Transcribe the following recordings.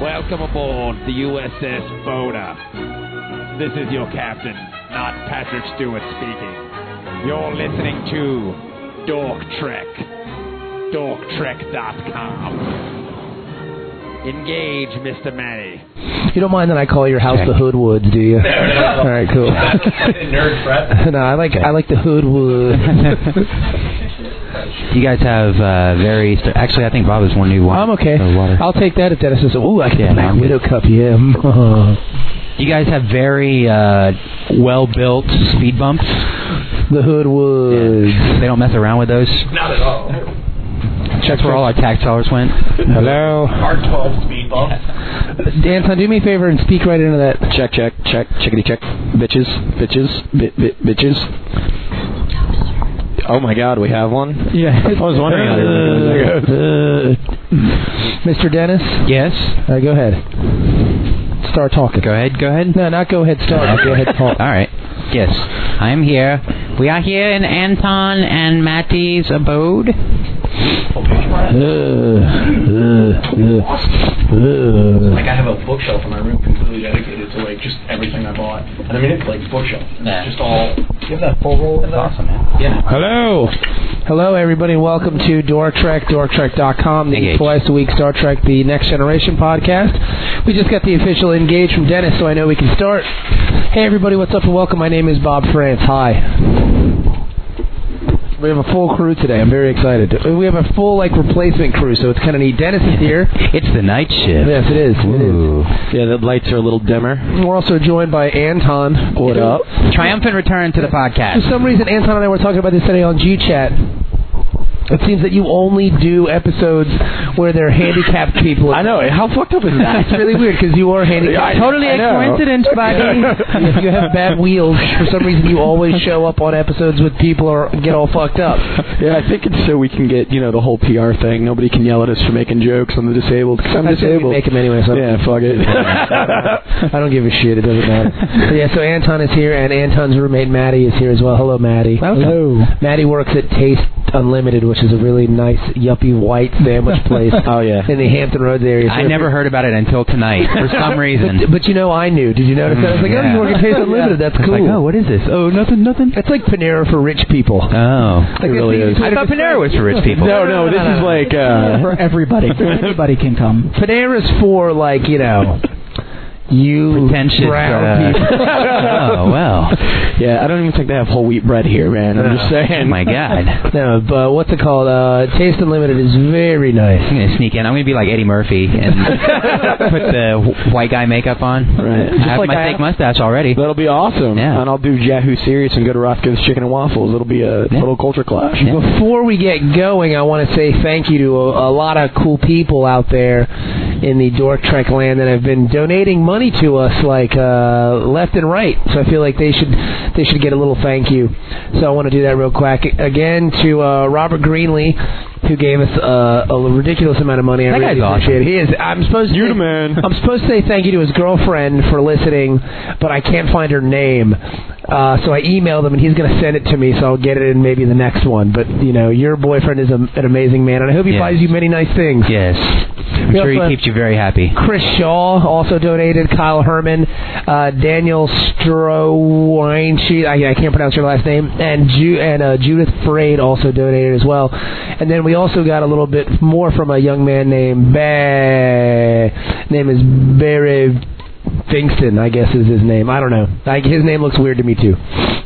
Welcome aboard the USS Boda. This is your captain, not Patrick Stewart speaking. You're listening to Dork Trek. DorkTrek.com. Engage, Mr. Manny. You don't mind that I call your house Okay. the Hoodwoods, do you? All right, cool. Nerd prep. no, I like I like the Hoodwood. You guys have uh, very. St- Actually, I think Bob is one new one. I'm okay. Uh, water. I'll take that if Dennis says, "Ooh, I can Yeah, yeah, no, Black I'm Widow cup." Yeah, You guys have very uh, well-built speed bumps. the Hoodwoods. They don't mess around with those. Not at all. That's where all our tax dollars went. Hello, Hard 12 speed bump. Anton. Do me a favor and speak right into that. Check, check, check, chickity check. Bitches, bitches, bi- bi- bitches. Oh my god, we have one? Yeah, I was wondering how they were Mr. Dennis, Yes. uh, go ahead. Start talking. Go ahead. Go ahead. No, not go ahead. Start. go ahead. Talk. All right. Yes, I am here. We are here in Anton and Matty's abode. Uh, uh, uh, uh. Like I have a bookshelf in my room completely dedicated to like just everything I bought. And I mean it's like bookshelf. And Yeah. it's just all Give that full roll. That's awesome, man. yeah. Hello. Hello, everybody. Welcome to Dork Trek, DorkTrek.com, the Engage. twice a week Star Trek The Next Generation podcast. We just got the official engage from Dennis, so I know we can start. Hey, everybody, what's up and welcome. My name is Bob France. Hi. We have a full crew today. I'm very excited. We have a full like replacement crew, so it's kind of neat. Dennis is here. It's the night shift. Yes, it is. It is. Ooh. Yeah, the lights are a little dimmer. We're also joined by Anton. What up? Triumphant return to the For podcast. some reason, Anton and I were talking about this today on GChat. It seems that you only do episodes where there are handicapped people. I know, how fucked up is It's that? really weird because you are handicapped. Totally I a know. coincidence, buddy. if you have bad wheels, for some reason you always show up on episodes with people or get all fucked up. yeah, I think it's so we can get, you know, the whole PR thing. Nobody can yell at us for making jokes on the disabled, because I'm I think we disabled. Make them anyway. So Yeah, fuck it. I don't give a shit. It doesn't matter. So, yeah. So Anton is here, and Anton's roommate Maddie is here as well. Hello, Maddie. Hello. Maddie works at Taste Unlimited, which is a really nice yuppie white sandwich place Oh, yeah. in the Hampton Roads area. I never heard about it until tonight for some reason. But you know, I knew. Did you notice that? I was like, oh, Mm, Yeah. you work at Taste Unlimited. That's cool. Like, oh, what is this? Oh, nothing, nothing. It's like Panera for rich people. Oh. Like, really it's is. easy I to thought describe. Panera was for rich people. No, no, this is like, uh, for everybody. Anybody can come. Panera's for like you know, you Pretentious. brown uh, people. oh, well. yeah, I don't even think they have whole wheat bread here, man. I'm just Oh, saying. my God. No, but what's it called? Uh, Taste Unlimited is very nice. I'm going to sneak in. I'm going to be like Eddie Murphy and put the wh- white guy makeup on. Right. I Just have like my I fake have- mustache already. That'll be awesome. Yeah. And I'll do Yahoo Serious and go to Rothko's Chicken and Waffles. It'll be a Yeah. total culture clash. Yeah. Before we get going, I want to say thank you to a, a lot of cool people out there in the Dork Trek land that have been donating money to us, like uh, left and right. So I feel like they should they should get a little thank you. So I want to do that real quick again to uh, Robert Greenlee, who gave us uh, a ridiculous amount of money. I That really guy's awesome. appreciate it. He is. I'm supposed to You're the say- man. I'm supposed to say thank you to his girlfriend for listening, but I can't find her name. Uh, so I emailed him, and he's going to send it to me, so I'll get it in maybe the next one. But, you know, your boyfriend is a, an amazing man, and I hope he Yes. buys you many nice things. Yes. I'm We sure also have- he keeps you very happy. Chris Shaw also donated. Kyle Herman, uh, Daniel Strowinsky, I, I can't pronounce your last name, and Ju- and uh, Judith Fraid also donated as well. And then we also got a little bit more from a young man named Ba. Name is Barry Fingston, I guess is his name. I don't know. Like his name looks weird to me too.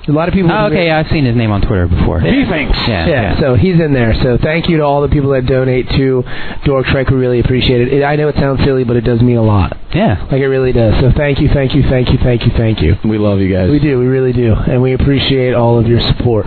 A lot of people. Oh, okay. I've seen his name on Twitter before. He thinks. Yeah, Yeah. yeah. so he's in there. So thank you to all the people that donate to Dork Trek. We really appreciate it. it. I know it sounds silly, but it does mean a lot. Yeah. Like it really does. So thank you, thank you, thank you, thank you, thank you. We love you guys. We do, we really do, and we appreciate all of your support.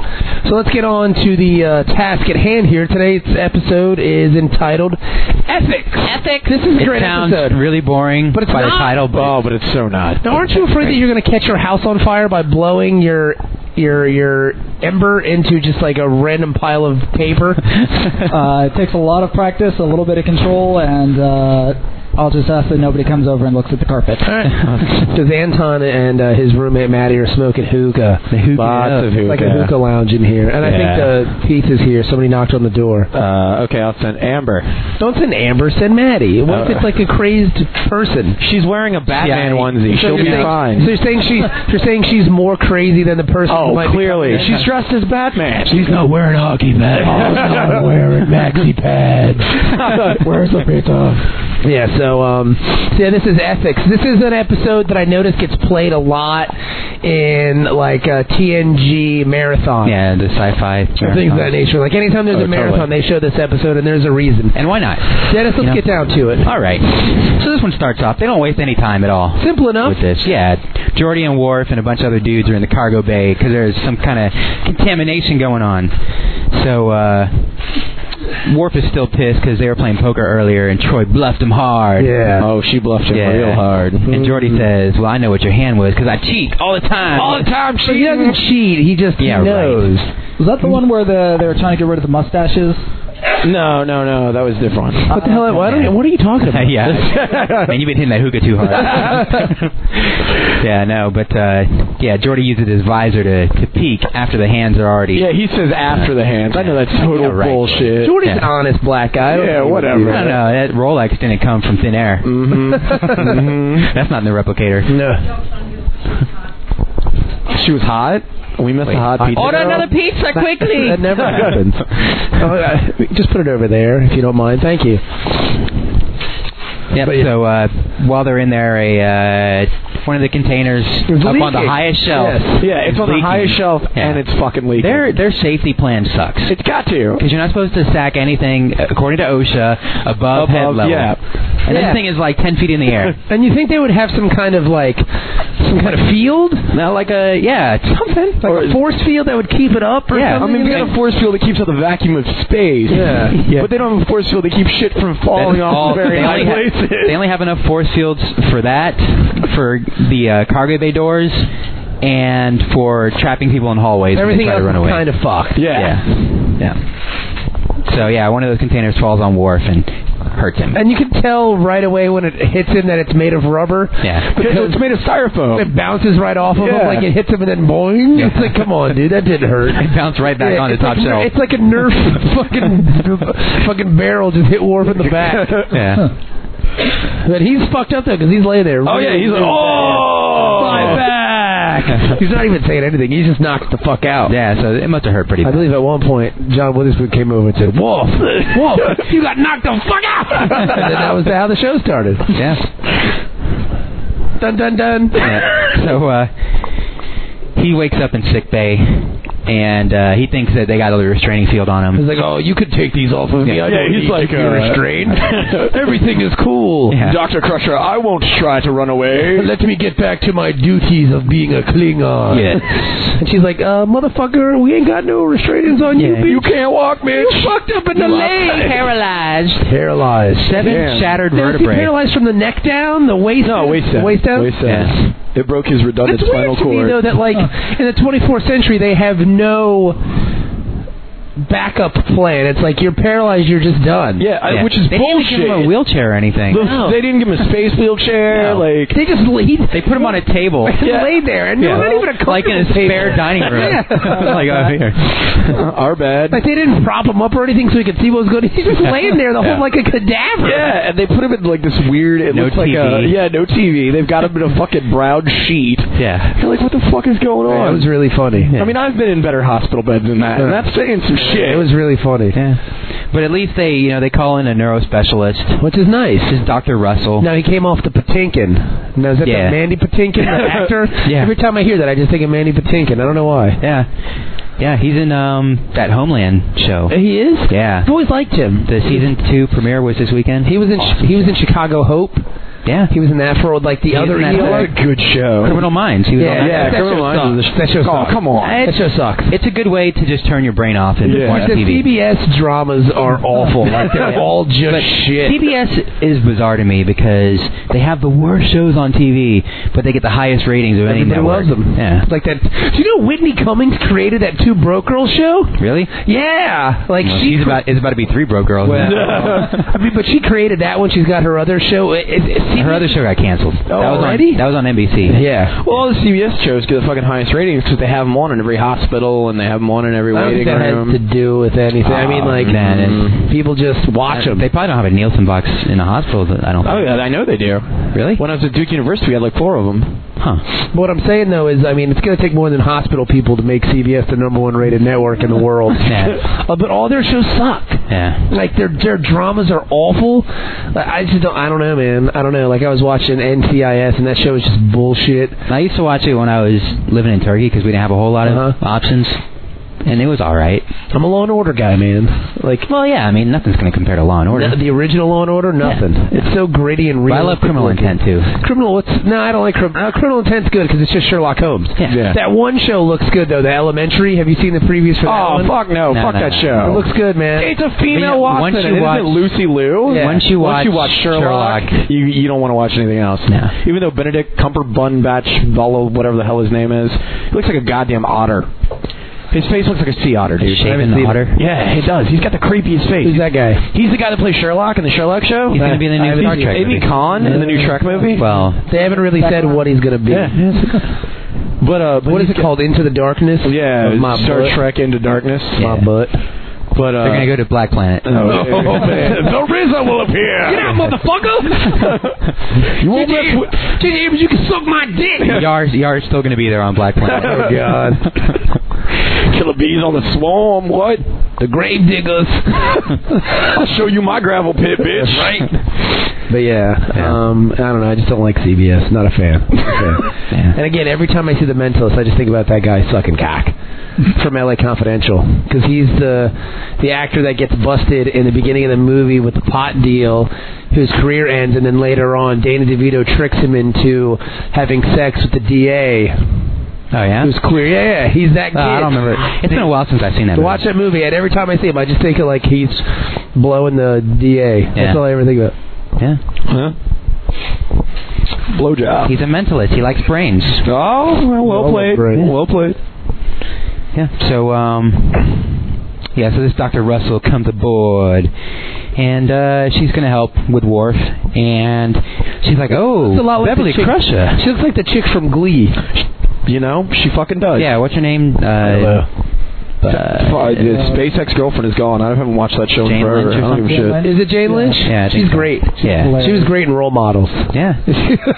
So let's get on to the uh, task at hand here. Today's episode is entitled "Ethics." Ethics. This is a It great sounds episode. really boring But it's by not. the title, but Oh, but it's so not. now, aren't you afraid that you're going to catch your house on fire by blowing your your your ember into just like a random pile of paper? Uh, it takes a lot of practice, a little bit of control, and uh, I'll just ask that nobody comes over and looks at the carpet. Because Anton and uh, his roommate Maddie are smoking hookah. hookah. Lots of It's Like a hookah. hookah lounge in here. And I think the pizza's here. Somebody knocked on the door. Uh, okay, I'll send Amber. Don't send Amber, send Maddie. What if Oh. it's like a crazed person? She's wearing a Batman Yeah. onesie. She'll you're be saying, fine. So you're saying she's you're saying she's more crazy than the person. who Oh, might be clearly. coming in? Oh, She's dressed as Batman. She's not wearing hockey pads. not wearing maxi pads. Where's the pizza? Yeah, so um so yeah, this is ethics. This is an episode that I notice gets played a lot in like uh TNG marathon. Yeah, the sci-fi. Oh, Things of that marathon. nature. Like anytime there's Oh, a marathon, totally. they show this episode, and there's a reason. And why not? Dennis, let's You know? get down to it. All right. So this one starts off. They don't waste any time at all. Simple enough. with this. Yeah, Jordy and Wharf and a bunch of other dudes are in the cargo bay because there's some kind of contamination going on. So uh, Wharf is still pissed because they were playing poker earlier and Troy bluffed him hard. Yeah. Oh, she bluffed him Yeah. real hard. And Jordy Mm-hmm. says, "Well, I know what your hand was because I cheat all the time." All the time, But he doesn't cheat. He just Yeah, right. knows. Was that the one where the they were trying to get rid of the mustaches? No, no, no. That was different. What the hell? Why don't, what are you talking about? yeah. Man, you've been hitting that hookah too hard. yeah, no, but uh, yeah, Jordy uses his visor to, to peek after the hands are already. Yeah, he says after the hands. I know that's Yeah, total right. bullshit. Jordy's an Yeah. honest black guy. I don't Yeah, think he would whatever. do I don't know. That Rolex didn't come from thin air. Mm-hmm. That's not in the replicator. that. No. She was hot. We missed a hot pizza. Order another pizza quickly. That never happens. Oh, uh, just put it over there if you don't mind. Thank you. Yep. So uh, while they're in there, a uh, one of the containers It's up on the leaking. highest shelf. Yes. Yeah, it's is on the leaking. highest shelf Yeah. and it's fucking leaking. Their their safety plan sucks. It's got to. Because you're not supposed to stack anything, according to OSHA, above, head Above- level. yeah. And Yeah. this thing is like 10 feet in the air. And you think they would have some kind of like some kind of field? now, like a, yeah, it's something. Like a force field that would keep it up or Yeah, I something? mean, we got a force field that keeps out the vacuum of space. Yeah. yeah. But they don't have a force field that keeps shit from falling That's off all- the very they, high only have- places. they only have enough force fields for that, for the uh, cargo bay doors, and for trapping people in hallways. when they Everything try else to run is away. kind of fucked. yeah. yeah. Yeah. So yeah, one of those containers falls on Wharf and hurts him. And you can tell right away when it hits him that it's made of rubber. Yeah. Because it's made of styrofoam. It bounces right off of him, Yeah. like it hits him, and then boing. Yeah. It's like, come on, dude, that didn't hurt. It bounced right back Yeah, on the it's top like, shelf. It's like a Nerf fucking fucking barrel just hit Worf in the back. yeah. But he's fucked up though because he's laying there. Oh yeah, he's like, oh, My back. He's not even saying anything. He's just knocked the fuck out. Yeah. So it must have hurt pretty I bad. believe at one point John Witherspoon came over and said, "Wolf, Wolf, you got knocked the fuck out." and then that was how the show started. Yeah. Dun dun dun. yeah. So uh, he wakes up in sick bay, and uh, he thinks that they got a restraining field on him. He's like, "Oh, you could take these off of me. I Yeah, don't he's need like, to be uh, restrained. Everything is cool. Yeah. Doctor Crusher, I won't try to run away. Let me get back to my duties of being a Klingon." Yes. And she's like, uh, motherfucker, we ain't got no restraints on you, bitch. You can't walk, bitch. You fucked up in the leg. paralyzed. Paralyzed. Seven Damn. shattered Now, is he vertebrae. paralyzed from the neck down, the waist. No, waist down. Waist down. Waist down. Yeah. It broke his redundant It's spinal weird to me cord. though that like in the 24th century they have no backup plan. It's like you're paralyzed, you're just done. yeah, I- Yeah. uh, which is they bullshit. didn't even give him a wheelchair or anything. The- They didn't give him a space wheelchair. No. Like They just laid. They put him on a table. They Yeah. laid there, and Yeah. no, not even a like in a comfortable table. spare dining room. Yeah. like over here. our bad. Like they didn't prop him up or anything so he could see what was going. He's just laying there the whole like a cadaver. Yeah, and they put him in like this weird. It No looks like a TV. yeah, no TV. They've got him in a fucking brown sheet. Yeah. You're like, what the fuck is going that on? was really funny. I mean, I've been in better hospital beds than that, and that's saying some shit. it was really funny, Yeah. But at least they, you know, they call in a neurospecialist. which is nice. This is Dr. Russell. Now he came off the Patinkin. Now is that Yeah. the Mandy Patinkin, the actor? Yeah. Every time I hear that, I just think of Mandy Patinkin. I don't know why. Yeah. Yeah, he's in um that Homeland show. Uh, He is. Yeah. I've always liked him. The season two premiere was this weekend. He was in he was in Chicago Hope. Yeah. He was in that for like the was other in that ER. for, What a good show. Criminal Minds. He was on Yeah, that. yeah, that Criminal show Minds. sucks. That show oh, sucks. come on. It's- That show sucks. It's a good way to just turn your brain off and Yeah. watch the TV. CBS dramas Oh, are awful. Like they're all just shit. CBS is bizarre to me because they have the worst shows on TV, but they get the highest ratings of any Everybody network. loves them. Yeah. Like that. Do you know Whitney Cummings created that Two Broke Girls show? Really? Yeah. Like Well, she she's about is about to be three broke girls. now. I mean, but she created that one. She's got her other show. It, it, it seems- Her other show got canceled. that was already? on that was on NBC. Oh, Yeah. Well, all the CBS shows get the fucking highest ratings because they have them on in every hospital and they have them on in every I don't waiting think that room. has to do with anything. I mean, Oh, like man, it's- people just watch them. They probably don't have a Nielsen box in a hospital. that- I don't. Oh, think. yeah, I know they do. Really? When I was at Duke University, we had like four of them. Huh. What I'm saying though is, I mean, it's going to take more than hospital people to make CBS the number one rated network in the world. Yeah. Uh, but all their shows suck. Yeah. Like their their dramas are awful. Like, I just don't. I don't know, man. I don't know. Like I was watching NCIS, and that show was just bullshit. I used to watch it when I was living in Turkey because we didn't have a whole lot of Uh-huh. options, and it was all right. I'm a Law and Order guy, man. Like Well, yeah. I mean, nothing's going to compare to Law and Order. the, the original Law and Order, nothing. It's so gritty and but real. I love Criminal Intent too. Criminal, what's no? I don't like criminal. Uh, criminal Intent's good because it's just Sherlock Holmes. Yeah. Yeah. That one show looks good though. The Elementary. Have you seen the previews for that Oh, one? fuck no. No, fuck no, that no. show. It looks good, man. It's a female But yeah, Watson. once you and watch- isn't it Lucy Liu? Yeah. Once you watch, Sherlock, Sherlock, you you don't want to watch anything else. No. Even though Benedict Cumberbatch, Bolo, whatever the hell his name is, he looks like a goddamn otter. His face looks like a sea otter, dude. Shaven I haven't seen it. otter? Yeah, he does. He's got the creepiest face. Who's that guy? He's the guy that plays Sherlock in the Sherlock show. He's gonna be in the new I haven't Star seen Trek it. Isn't movie. he Khan in the new Shrek movie? well, They haven't really said what he's gonna be. but uh, but What is he's it called? Into the Darkness. got- Yeah, Of my Star butt. Trek Into Darkness. My Yeah. butt. But uh, they're going to go to Black Planet. oh, man. the RZA will appear. Get out, motherfucker! you won't mess with. James, you can suck my dick. Yar's, Yar's still going to be there on Black Planet. Oh, God. Killer bees on the swarm. What? The Grave Diggers. I'll show you my gravel pit, bitch. Right? But yeah, Yeah. um, I don't know. I just don't like CBS. Not a fan. Yeah. Yeah. and again, every time I see The Mentalist, I just think about that guy sucking cock from L.A. Confidential because he's the the actor that gets busted in the beginning of the movie with the pot deal, whose career ends, and then later on, Dana DeVito tricks him into having sex with the DA, Oh yeah. who's queer. Yeah, yeah, he's that. Kid. Uh, I don't remember. It's been a while since I've seen that. To watch that movie, and every time I see him, I just think of like he's blowing the DA. Yeah. That's all I ever think about. movie. Yeah. Huh? Blowjob. He's a mentalist. He likes brains. Oh, well, well Well played. played. Well played. Yeah. So um, yeah. So this Dr. Russell comes aboard, and uh, she's going to help with Worf, and she's like, oh, It's a lot like Beverly the chick- Crusher. She looks like the chick from Glee. You know, she fucking does. Yeah. What's her name? Uh, uh, Fu- uh, SpaceX girlfriend is gone. I haven't watched that show in Jane forever. Lynch or I don't give a something? shit. Is it Jane Yeah. Lynch? Yeah, I think she's so. great. yeah. She was great in Role Models. Yeah.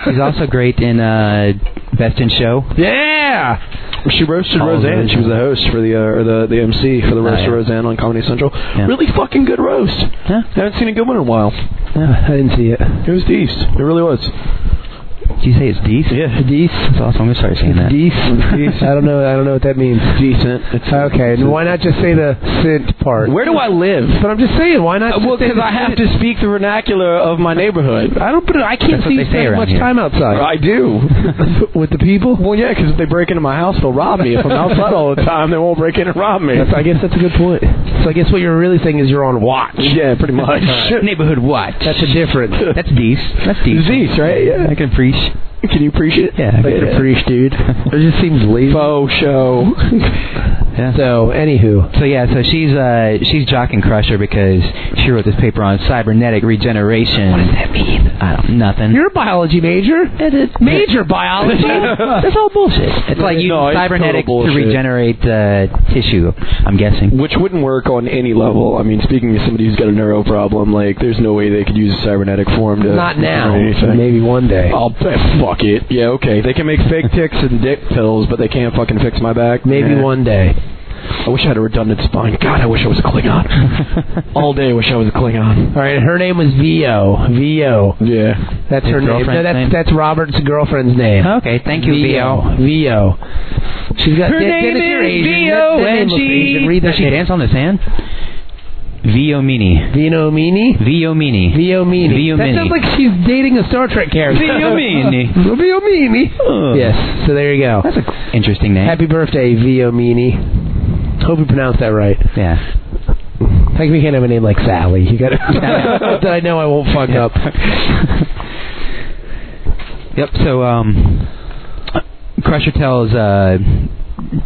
She's also great in uh, Best in Show. Yeah, she roasted Oh, Roseanne. Roseanne. She was the host for the uh, or the the MC for the roast yeah. of Roseanne on Comedy Central. Really fucking good roast. Yeah. Haven't seen a good one in a while. I didn't see it. It was decent. It really was. Did you say it's Deese? Yeah, Deece? That's awesome. I'm going to start saying that. Deece? I don't know. I don't know what that means. decent. It's Okay, and why not just say the scent part? Where do I live? But I'm just saying, why not? Uh, just well, say because the I have scent? to speak the vernacular of my neighborhood. I don't. But I can't That's what see they you say spending around much here. time outside I do. with the people. Well, yeah, because if they break into my house, they'll rob me. If I'm outside all the time, they won't break in and rob me. That's, I guess that's a good point. So I guess what you're really saying is you're on watch. yeah, pretty much. Neighborhood Watch. That's the difference. That's Deese. That's Deese. Disease, right? Yeah. I can preach. Can you appreciate it? Yeah, I Like get a it. Preach, dude. It just seems lazy. faux show. So, anywho, So yeah, so she's uh, she's jocking Crusher because she wrote this paper on cybernetic regeneration. What does that mean? I don't nothing. you're a biology major. Major biology. That's all bullshit. It's like using No, it's cybernetic total to bullshit. regenerate uh, tissue. I'm guessing. Which wouldn't work on any level. I mean, speaking to somebody who's got a neuro problem, like, there's no way they could use a cybernetic form to. Not now. or anything. Maybe Oh, one day. I'll eh, fuck it. Yeah, okay. They can make fake ticks and dick pills, but they can't fucking fix my back. Maybe Eh. one day. I wish I had a redundant spine. God, I wish I was a Klingon. All day, I wish I was a Klingon. All right, her name was Vo. Vo. Yeah. That's His her name. No, girlfriend's that's name? that's Robert's girlfriend's name. Okay, thank you, Vio. Vo. She's got Her yeah, name Dennis, you're is Asian. Vio, That- that and name looks she Asian. Read does that she name. dance on the sand? Viomini. Vino Mini? Viomini. Vio Mini. Vio That Mini. sounds like she's dating a Star Trek character. Viomini. Vio Mini. Oh. Yes, so there you go. That's an interesting name. Happy birthday, Vio Mini. Hope you pronounced that right. yeah. Like we can't have a name like Sally. You got that I know I won't fuck up. yep. So, um, Crusher tells uh,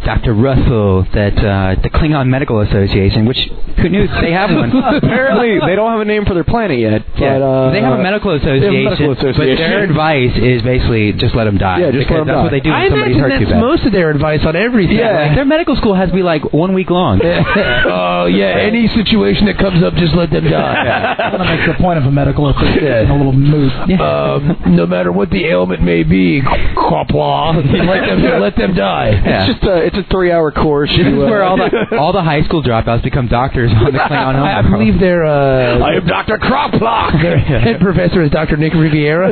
Dr. Russell that uh, the Klingon Medical Association, which who knew they have one? Apparently, they don't have a name for their planet yet. But, Yeah. uh, they have a medical have association, a medical but association. their advice is basically just let them die. Yeah, just because let 'em that's die. what they do when I somebody's imagine hurt too that's bad. most of their advice on everything. yeah, like, their medical school has to be like one week long. oh yeah, any situation that comes up, just let them die. That's what makes the point of a medical assistant in a little mood. Um, no matter what the ailment may be, copla, let them let them die. Yeah. It's just a, it's a three-hour course. This is You, uh, where all the all the high school dropouts become doctors on the Klingon home. I believe their uh, Oh. I am Doctor Kroplock. their head professor is Dr. Nick Riviera.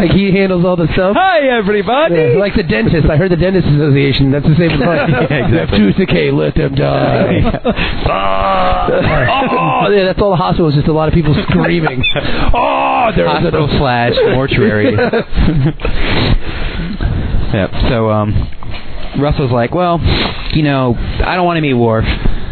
like he handles all the stuff. Hi, everybody. Yeah, like the dentist. I heard the dentist association. That's the same advice. Yeah, exactly. Tooth decay. Let them die. oh, yeah, that's all the hospital is just a lot of people screaming. oh, there was hospital a slash mortuary. yep. So um, Russell's like, well, you know, I don't want to meet Worf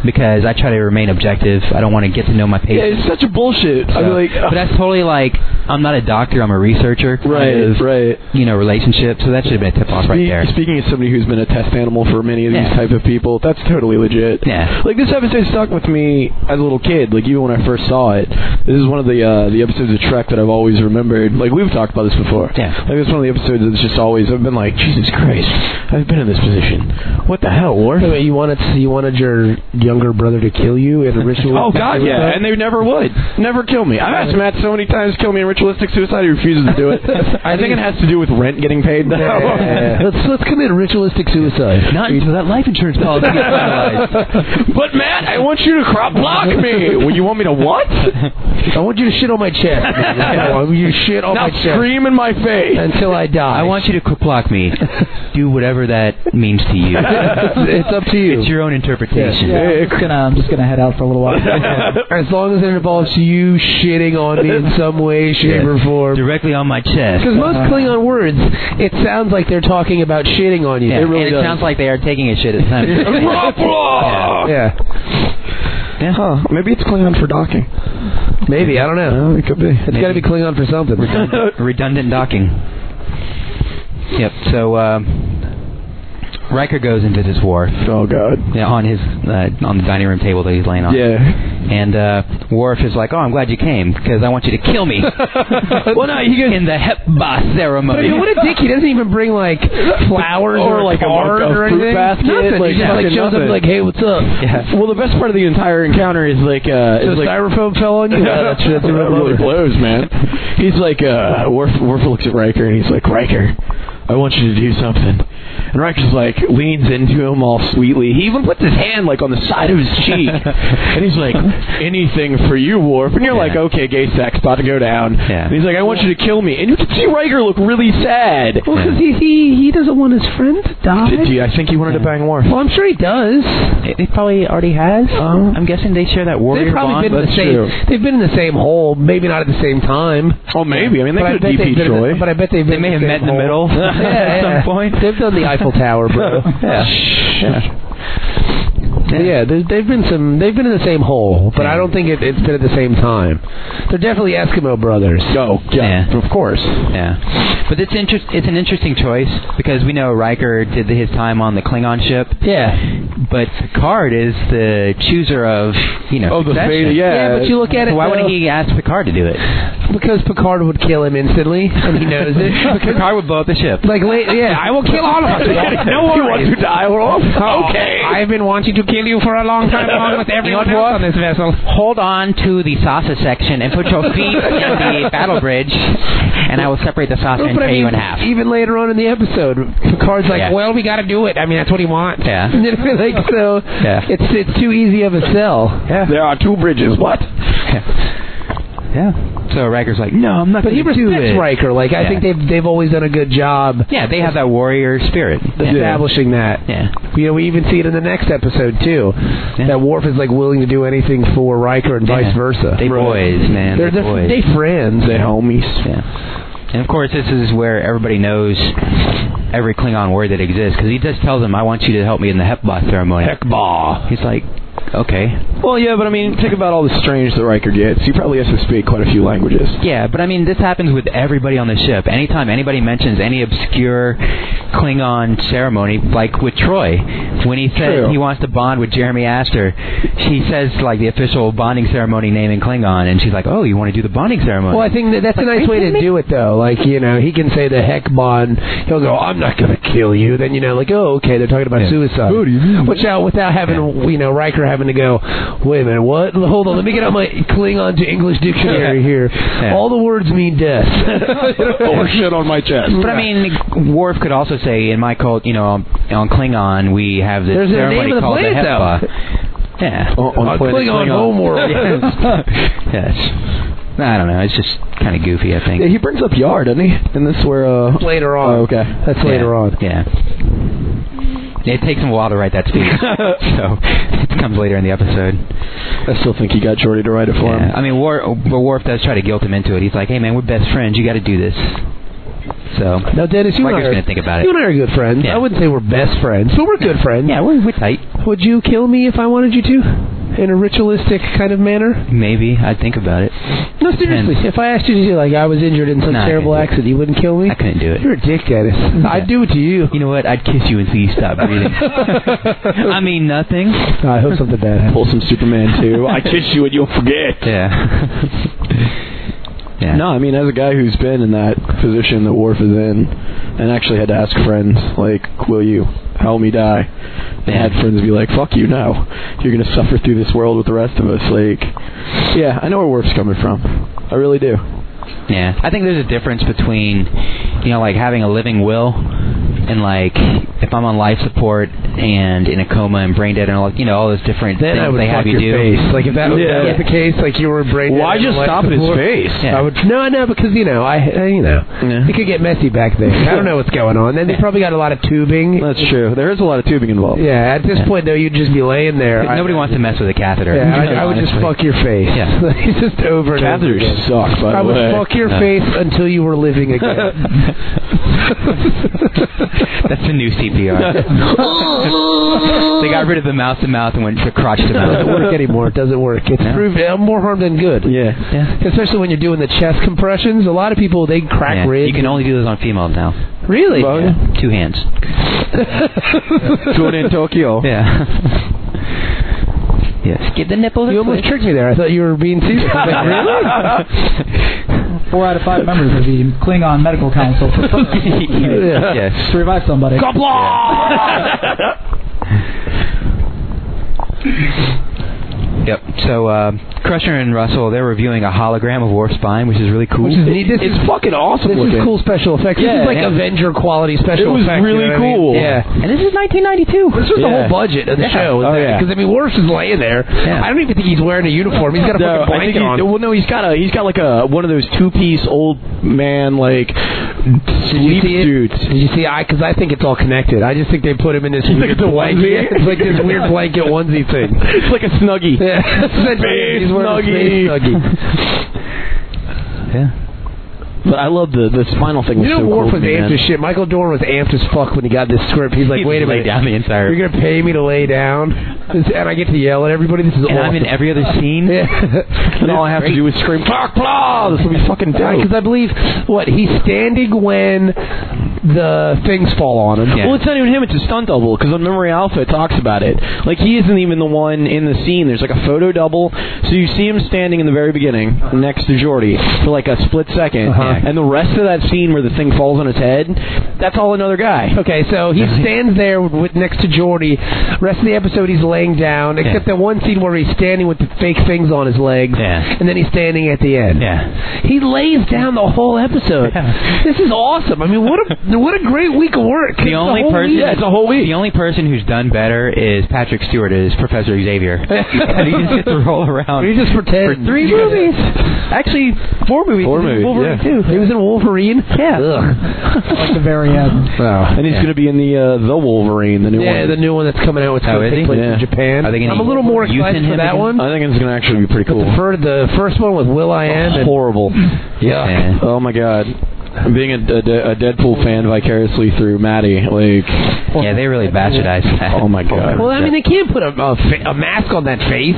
because I try to remain objective. I don't want to get to know my Yeah, patients. it's such a bullshit. I So- mean, like, but that's totally like I'm not a doctor. I'm a researcher. kind right, of, right. You know, relationship. So that should have been a tip off right Spe- there. Speaking as somebody who's been a test animal for many of Yeah. these type of people, that's totally legit. Yeah. Like this episode stuck with me as a little kid. Like even when I first saw it, this is one of the uh, the episodes of Trek that I've always remembered. Like we've talked about this before. Yeah. Like it's one of the episodes that's just always I've been like Jesus Christ, I've been in this position. What the hell, Worf? Wait, you wanted you wanted your younger brother to kill you in a ritual? Oh God, yeah, and they never would, never kill me. I've asked Matt so many times, kill me in ritualistic suicide. He refuses to do it. I think it has to do with rent getting paid. Though. let's let's commit ritualistic suicide. Not until that life insurance policy gets finalized. But Matt, I want you to crop block me. Well, you want me to what? I want you to shit on my chest. man. I want you to shit on Now my chest scream in my face. until I die. I want you to quick block me. Do whatever that means to you. it's, it's up to you. It's your own interpretation. Yeah, I'm just gonna I'm just gonna head out for a little while. As long as it involves you shitting on me in some way, shape, or form. Directly on my chest. Because most Klingon words, it sounds like they're talking about shitting on you. Yeah, It really and it does. sounds like they are taking a shit at the time. Crop block. yeah, yeah. Huh, Maybe it's Klingon for docking. maybe I don't know. it could be. It's got to be Klingon for something. Redundant docking. Yep. So uh, Riker goes and visits Worf Oh God. yeah, on his uh, on the dining room table that he's laying on. Yeah. And uh, Worf is like, "Oh, I'm glad you came because I want you to kill me." well, no, you in the Hepba I ceremony. mean, what a dick! He doesn't even bring like flowers Or, or, like, a- card a or fruit anything. basket, nothing. like, he just like fucking shows up nothing. like, hey, what's up? Yeah. Well, the best part of the entire encounter is like uh, So is like. styrofoam fell on you. Yeah, that's, that's a That real really bummer. blows, man. He's like, uh, Worf, Worf looks at Riker and he's like, Riker, I want you to do something. And Riker's like, leans into him all sweetly. He even puts his hand like on the side of his cheek, and he's like, anything for you, Worf. And you're like, Yeah. okay, gay sex about to go down. Yeah. And he's like, I want you to kill me. And you can see Riker look really sad. Well, because he, he he doesn't want his friend to Did die. you- I think he wanted to bang Worf. Well, I'm sure he does. It, it probably already has. Oh. I'm guessing they share that warrior They've probably bond. been in the that's same. true. They've been in the same hole, maybe not at the same time. Oh, maybe. I mean, they but I could bet have they've DP been in the- Troy. but I bet they've They been may have the met same in the hole. middle Yeah, at yeah. some point. They've done the Eiffel Tower, bro. Yeah. But yeah, there's- they've been some. They've been in the same hole, but I don't think it, it's been at the same time. They're definitely Eskimo brothers. Go. Yeah. Yeah. Of course. Yeah, but it's interest. It's an interesting choice because we know Riker did his time on the Klingon ship, Yeah, but Picard is the chooser of you know. Oh, the succession. Veda. Yeah. yeah, but you look at it. So why though, wouldn't he ask Picard to do it? Because Picard would kill him instantly, and he knows it. Because Picard would blow up the ship. Like, la- yeah, I will kill all of us. No You want worries. to die, Worf? Okay. I've been wanting to kill you for a long time, along with everyone You know what, else on this vessel. Hold on to the Sasa section and put your feet in the battle bridge, and I will separate the Sasa and But I tear you in mean, half. even later on in the episode, Picard's like, Yeah. "Well, we got to do it. I mean, that's what he wants." Yeah. And then, like so, Yeah. it's it's too easy of a sell. There are two bridges. What? Yeah. So Riker's like, no, I'm not But going he to do respects it. Riker. Like I Yeah. think they've they've always done a good job Yeah, they have that warrior spirit. Yeah. establishing that. Yeah. You know, we even see it in the next episode too. Yeah. That Worf is like willing to do anything for Riker and Yeah. vice versa. They boys, man. They're, they they're- boys. they friends. They homies. Yeah. And of course, this is where everybody knows every Klingon word that exists because he just tells them, "I want you to help me in the Hekba ceremony." Heckball. He's like, "Okay." Well, yeah, but I mean, think about all the strange that Riker gets. He probably has to speak quite a few languages. Yeah, but I mean, this happens with everybody on the ship. Anytime anybody mentions any obscure Klingon ceremony, like with Troy, when he says True. he wants to bond with Jeremy Astor, she says like the official bonding ceremony name in Klingon, and she's like, "Oh, you want to do the bonding ceremony?" Well, I think that that's a nice way to do it, though. Like, you know, he can say the heck bond. He'll go, I'm not going to kill you. Then, you know, like, oh, okay, they're talking about Yeah. suicide. What do you mean? Without, without having, you know, Riker having to go, wait a minute, what? Hold on, let me get out my Klingon to English dictionary Yeah. here. Yeah. All the words mean death. Or Oh, shit on my chest. But I mean, Worf could also say, "In my cult, you know, on, on Klingon, we have this There's a ceremony name of the called planet, the though. Hepha." Yeah. Oh, On, on On planet Klingon Klingon. homeworld. yes. yes. I don't know. It's just kind of goofy, I Yeah, think. he brings up Yar, doesn't he? And this where uh Later on. Oh, okay. That's later yeah. on. Yeah. It takes him a while to write that speech, so it comes later in the episode. I still think he got Jordy to write it for Yeah. him. I mean, Worf, Worf does try to guilt him into it. He's like, "Hey, man, we're best friends. You got to do this." So Now, Dennis, you Riker's and I gonna are, think about it. You and I are good friends. Yeah. I wouldn't say we're best friends, but we're good friends. yeah, we're, we're tight. Would you kill me if I wanted you to? In a ritualistic kind of manner? Maybe I'd think about it. No, seriously. If I asked you to do, like, I was injured in some No, I terrible couldn't do it. accident, you wouldn't kill me? I couldn't do it. You're a dick, Dennis. I'd do it to you. You know what? I'd kiss you until you stop breathing. I mean nothing. Uh, I hope something bad happens. Pull some Superman too. I kiss you and you'll forget. Yeah. yeah. No, I mean as a guy who's been in that position that Worf is in, and actually had to ask friends like, "Will you help me die?" And Yeah. had friends be like, "Fuck you, no. You're gonna suffer through this world with the rest of us." Like, yeah, I know where Worf's coming from. I really do. Yeah. I think there's a difference between, you know, like having a living will and like if I'm on life support and in a coma and brain dead and all you know all those different Then things I would they fuck have you your do. face. Like, if that was, that Yeah. was the case, like, you were brain dead and like support- face? Yeah. I would no, no, because you know, I, I you know, Yeah. it could get messy back there. I don't know what's going on. Then they probably got a lot of tubing. That's true. There is a lot of tubing involved. yeah, at this point though, you'd just be laying there. I- Nobody wants to mess with a catheter. Yeah, I, I would just honestly. fuck your face. Yeah. it's just over and over Catheters again. suck, by I the would way. fuck your No. face until you were living again. That's the new CPR. they got rid of the mouth to mouth and went to crotch to it doesn't mouth. work anymore. It doesn't work. It's No. proved uh, more harm than good. Yeah. Especially when you're doing the chest compressions. A lot of people they crack Yeah, ribs. You can only do those on females now. really? Well, Yeah, two hands. Doing it in Tokyo. Yeah. yes. Give the nipple. You almost tricked me there. I thought you were being serious. I was like, Four out of five members of the Klingon Medical Council prefer really? Yeah. Yes. to revive somebody. Yep. So uh, Crusher and Russell, they're reviewing a hologram of Worf's spine, which is really cool. Which is neat. This It's is fucking awesome this looking. is cool special effects. this Yeah, is like yeah. Avenger quality special It was effects, you really know what I mean? cool. Yeah. and this is 1992. This was the Yeah. whole budget of the Yeah. show. Oh, yeah. Because I mean, Worf is laying there. Yeah. I don't even think he's wearing a uniform. He's got a No, fucking I think blanket he, on. well, no, he's got a he's got like a one of those two piece old man like sleep see it? suits. Did you see? I because I think it's all connected. I just think they put him in this You weird think it's a blanket. onesie? It's like this weird blanket onesie thing. It's like a snuggie. Yeah, Essentially, he's wearing a space snuggie. snuggie. yeah. But I love the the spinal thing. You Was know, so Worf cool to was me, amped man. as shit. Michael Dorn was amped as fuck when he got this script. He's like, He wait a just laid minute, down the entire. you're gonna pay me to lay down, This- and I get to yell at everybody. This is and I'm awesome. in every other scene. yeah. And all I have to do is scream "Clark Blah!" This will be fucking dope. Because I believe what he's standing when the things fall on him. Yeah. Well, it's not even him; it's a stunt double. Because on Memory Alpha, it talks about it. Like he isn't even the one in the scene. There's like a photo double, so you see him standing in the very beginning next to Jordy for like a split 2nd Uh-huh. and the rest of that scene where the thing falls on his head, that's all another guy. Okay, so he stands there with next to Jordy. Rest of the episode, he's laying down, except that one scene where he's standing with the fake things on his legs, Yeah. and then he's standing at the end. Yeah. He lays down the whole episode. Yeah. This is awesome. I mean, what a What a great week of work. The only whole person, week. Yeah, it's a whole week. The only person who's done better is Patrick Stewart, is Professor Xavier. and he just gets to roll around. You just pretend. For three movies. Actually, four movies. Four He was in movies, Wolverine yeah. too. He was in Wolverine. Yeah. like the very end. And he's Yeah. going to be in the uh, the Wolverine, the new Yeah, one. the new one that's coming out. It's Oh, going is to he? take place Yeah. in Japan. Are they gonna I'm a little more use in excited for him that again? one. I think it's going to actually be pretty But cool. the, fir- the first one with Will I Am and horrible. Yeah. Oh my god. I'm being a, a, a Deadpool fan vicariously through Maddie. Like, Yeah, they really bastardized that. oh my god. Well, I mean, they can't put a, a, fa- a mask on that face.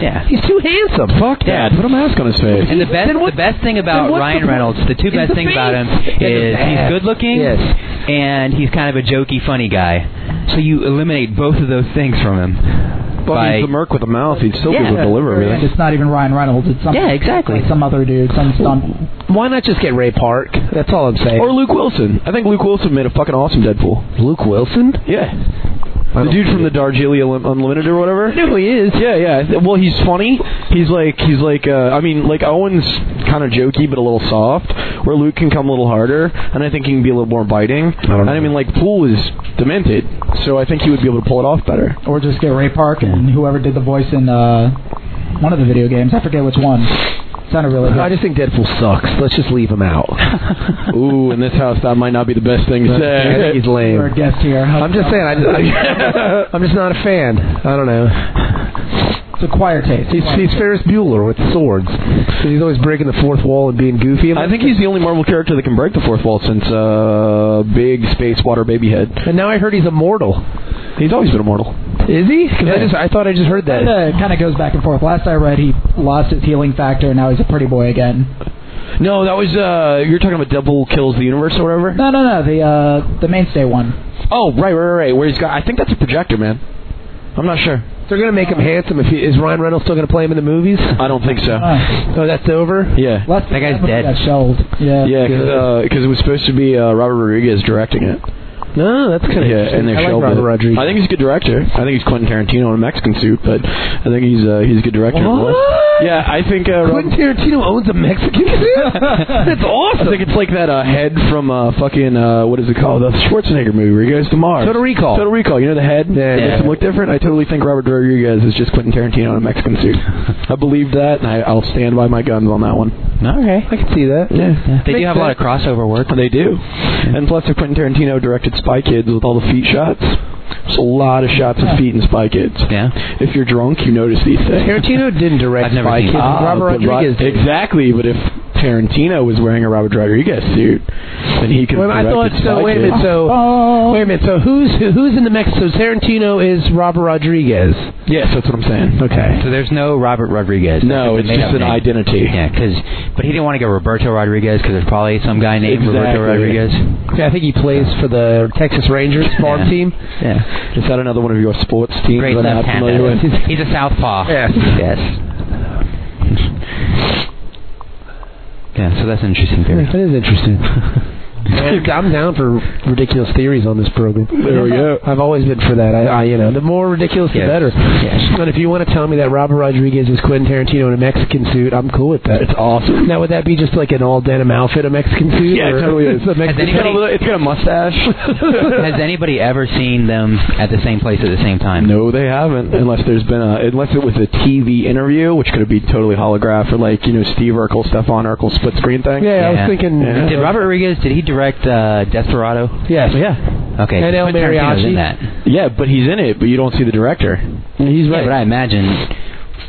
Yeah. He's too handsome. Fuck that. Put a mask on his face. And the best, the best thing about what's Ryan the point? Reynolds, the two It's best the things about face. him Yeah, the is he's mask. good looking, Yes. and he's kind of a jokey, funny guy. So you eliminate both of those things from him. Well, by, he's the merc with a mouth. He'd still be Yeah. able to deliver Very end. everything. It's not even Ryan Reynolds. It's some, Yeah, exactly. like some other dude, some stunt. Why not just get Ray Park? That's all I'm saying. Or Luke Wilson. I think Luke Wilson made a fucking awesome Deadpool. Luke Wilson? Yeah. The dude from the Darjeeling Elim- Unlimited or whatever. No, he is. Yeah, yeah. Well, he's funny. He's like, he's like, uh, I mean, like Owen's kind of jokey but a little soft, where Luke can come a little harder, and I think he can be a little more biting. I don't and know. I mean, like Poole is demented, so I think he would be able to pull it off better. Or just get Ray Park and whoever did the voice in uh, one of the video games. I forget which one. Sounded really I good. just think Deadpool sucks. Let's just leave him out. Ooh, in this house, that might not be the best thing to I think say. he's You're a lame. guest here. I'm just saying. I just, I, I'm just not a fan. I don't know. It's a choir taste. He's, he's Ferris Bueller with swords. He's always breaking the fourth wall and being goofy. And, I think he's the only Marvel character that can break the fourth wall since uh, Big Space Water Baby Head. and now I heard he's immortal. He's always been immortal. Is he? 'Cause I, just, I thought I just heard that. It uh, kind of goes back and forth. Last I read, he lost his healing factor, and now he's a pretty boy again. No, that was uh, you're talking about Devil Kills the Universe or whatever. No, no, no. The uh, the mainstay one. Oh, right, right, right, right. Where he's got? I think that's a projector, man. I'm not sure. They're gonna make him handsome. If he, is Ryan Reynolds still gonna play him in the movies? I don't think so. Uh, Oh, that's over. Yeah. last That guy's movie dead. Got shelved. Yeah. Yeah, because it was supposed to be uh, Robert Rodriguez directing it. No, that's kind of Yeah, and they I like shelved Robert it. Rodriguez. I think he's a good director. I think he's Quentin Tarantino in a Mexican suit, but I think he's uh, he's a good director. What? Yeah, I think uh, Rob- Quentin Tarantino owns a Mexican suit. that's I awesome. think it's like that uh, head from uh, fucking uh, what is it called? The Schwarzenegger movie where he goes to Mars. Total Recall. Total Recall. You know the head. Yeah. It makes him look different. I totally think Robert Rodriguez is just Quentin Tarantino in a Mexican suit. I believe that, and I, I'll stand by my guns on that one. okay. I can see that. Yeah. They do have a lot of crossover work. They do. And plus, if Quentin Tarantino directed Spy Kids with all the feet shots, there's a lot of shots of feet in Spy Kids. Yeah. If you're drunk, you notice these things. Tarantino didn't direct I've never Spy seen Kids. it. Ah, Robert but Ro- Rodriguez did. exactly, but if Tarantino was wearing a Robert Rodriguez suit, then he could. Wait, I have thought directed so. Spy Wait a minute. Kids. So Oh, wait a minute. So who's who, who's in the Mexican? So Tarantino is Robert Rodriguez. Yes, that's what I'm saying. Okay. So there's no Robert Rodriguez. No, That's a it's just made-up an name. identity. Yeah, 'cause- but he didn't want to go Roberto Rodriguez because there's probably some guy named Roberto Exactly. Rodriguez. Yeah, I think he plays for the Texas Rangers farm Yeah. team. Yeah, Is that another one of your sports teams great that I'm not familiar left-hander. with? He's a southpaw. Yes. Yes. Yeah, so that's an interesting theory. That is interesting. And I'm down for ridiculous theories on this program. There we go. I've always been for that. I, I you know, the more ridiculous, Yes. the better. Yes. And if you want to tell me that Robert Rodriguez is Quentin Tarantino in a Mexican suit, I'm cool with that. It's awesome. Now, would that be just like an all denim outfit, a Mexican suit? Yeah, it or totally is. it's a Mexican It's got a Anybody- little- it's got a mustache. Has anybody ever seen them at the same place at the same time? No, they haven't. Unless there's been a, unless it was a TV interview, which could be totally holograph or like you know Steve Urkel, Stefan Urkel split screen thing. Yeah, I was Yeah. thinking. Yeah. Did Robert Rodriguez? Did he direct uh, Desperado? Yes. Yeah. Okay. And El Quentin Tarantino's Mariachi. in that. Yeah, but he's in it, but you don't see the director. He's Yeah, right. but I imagine.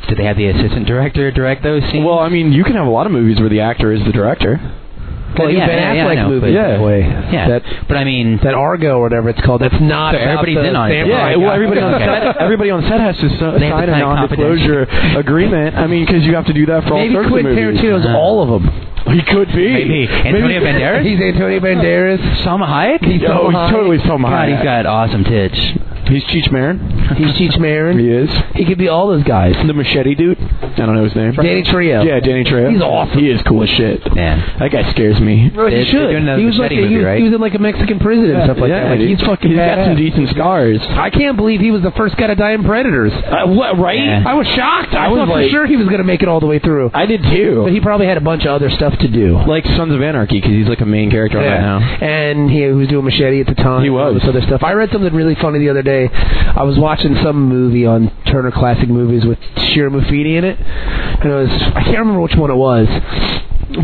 Did they have the assistant director direct those scenes? Well, I mean, you can have a lot of movies where the actor is the director. That Well, new yeah, Ben yeah, yeah, I Affleck know, movie, but- by the way. yeah. That, but I mean, that Argo or whatever it's called. That's not. So about everybody's the in on it. samurai Yeah, Right, well, guy. everybody on Okay. set, everybody on set has to s- They have to sign a sign non-disclosure agreement. I mean, because you have to do that for Maybe all sorts Quentin of movies. Tarantino's Uh-huh. all of them. He could be. Maybe. Antonio Banderas? He's Antonio Banderas. Salma Hayek. He's Oh, he's totally from God, he's got awesome tits. He's Cheech Marin. He's Cheech Marin. He is. He could be all those guys. The machete dude. I don't know his name. Danny Trio. Yeah, Danny Trejo. He's awesome. He is cool as shit. Man. That guy scares me. Bro, They- you they're should. doing another He was like Machete a- he movie, was, right? he was in like a Mexican prison and stuff like that. Like, dude. he's fucking He's got some badass. decent scars. I can't believe he was the first guy to die in Predators. Uh, what, right? Yeah. I was shocked. I, I was thought for like- sure he was going to make it all the way through. I did But too. he probably had a bunch of other stuff to do. Like Sons of Anarchy, because he's like a main character right now. And he was doing machete at the time. He and all was. this other stuff. I read something really funny the other day. I was watching some movie on Turner Classic Movies with Shira Mufidi in it, and it was I can't remember which one it was,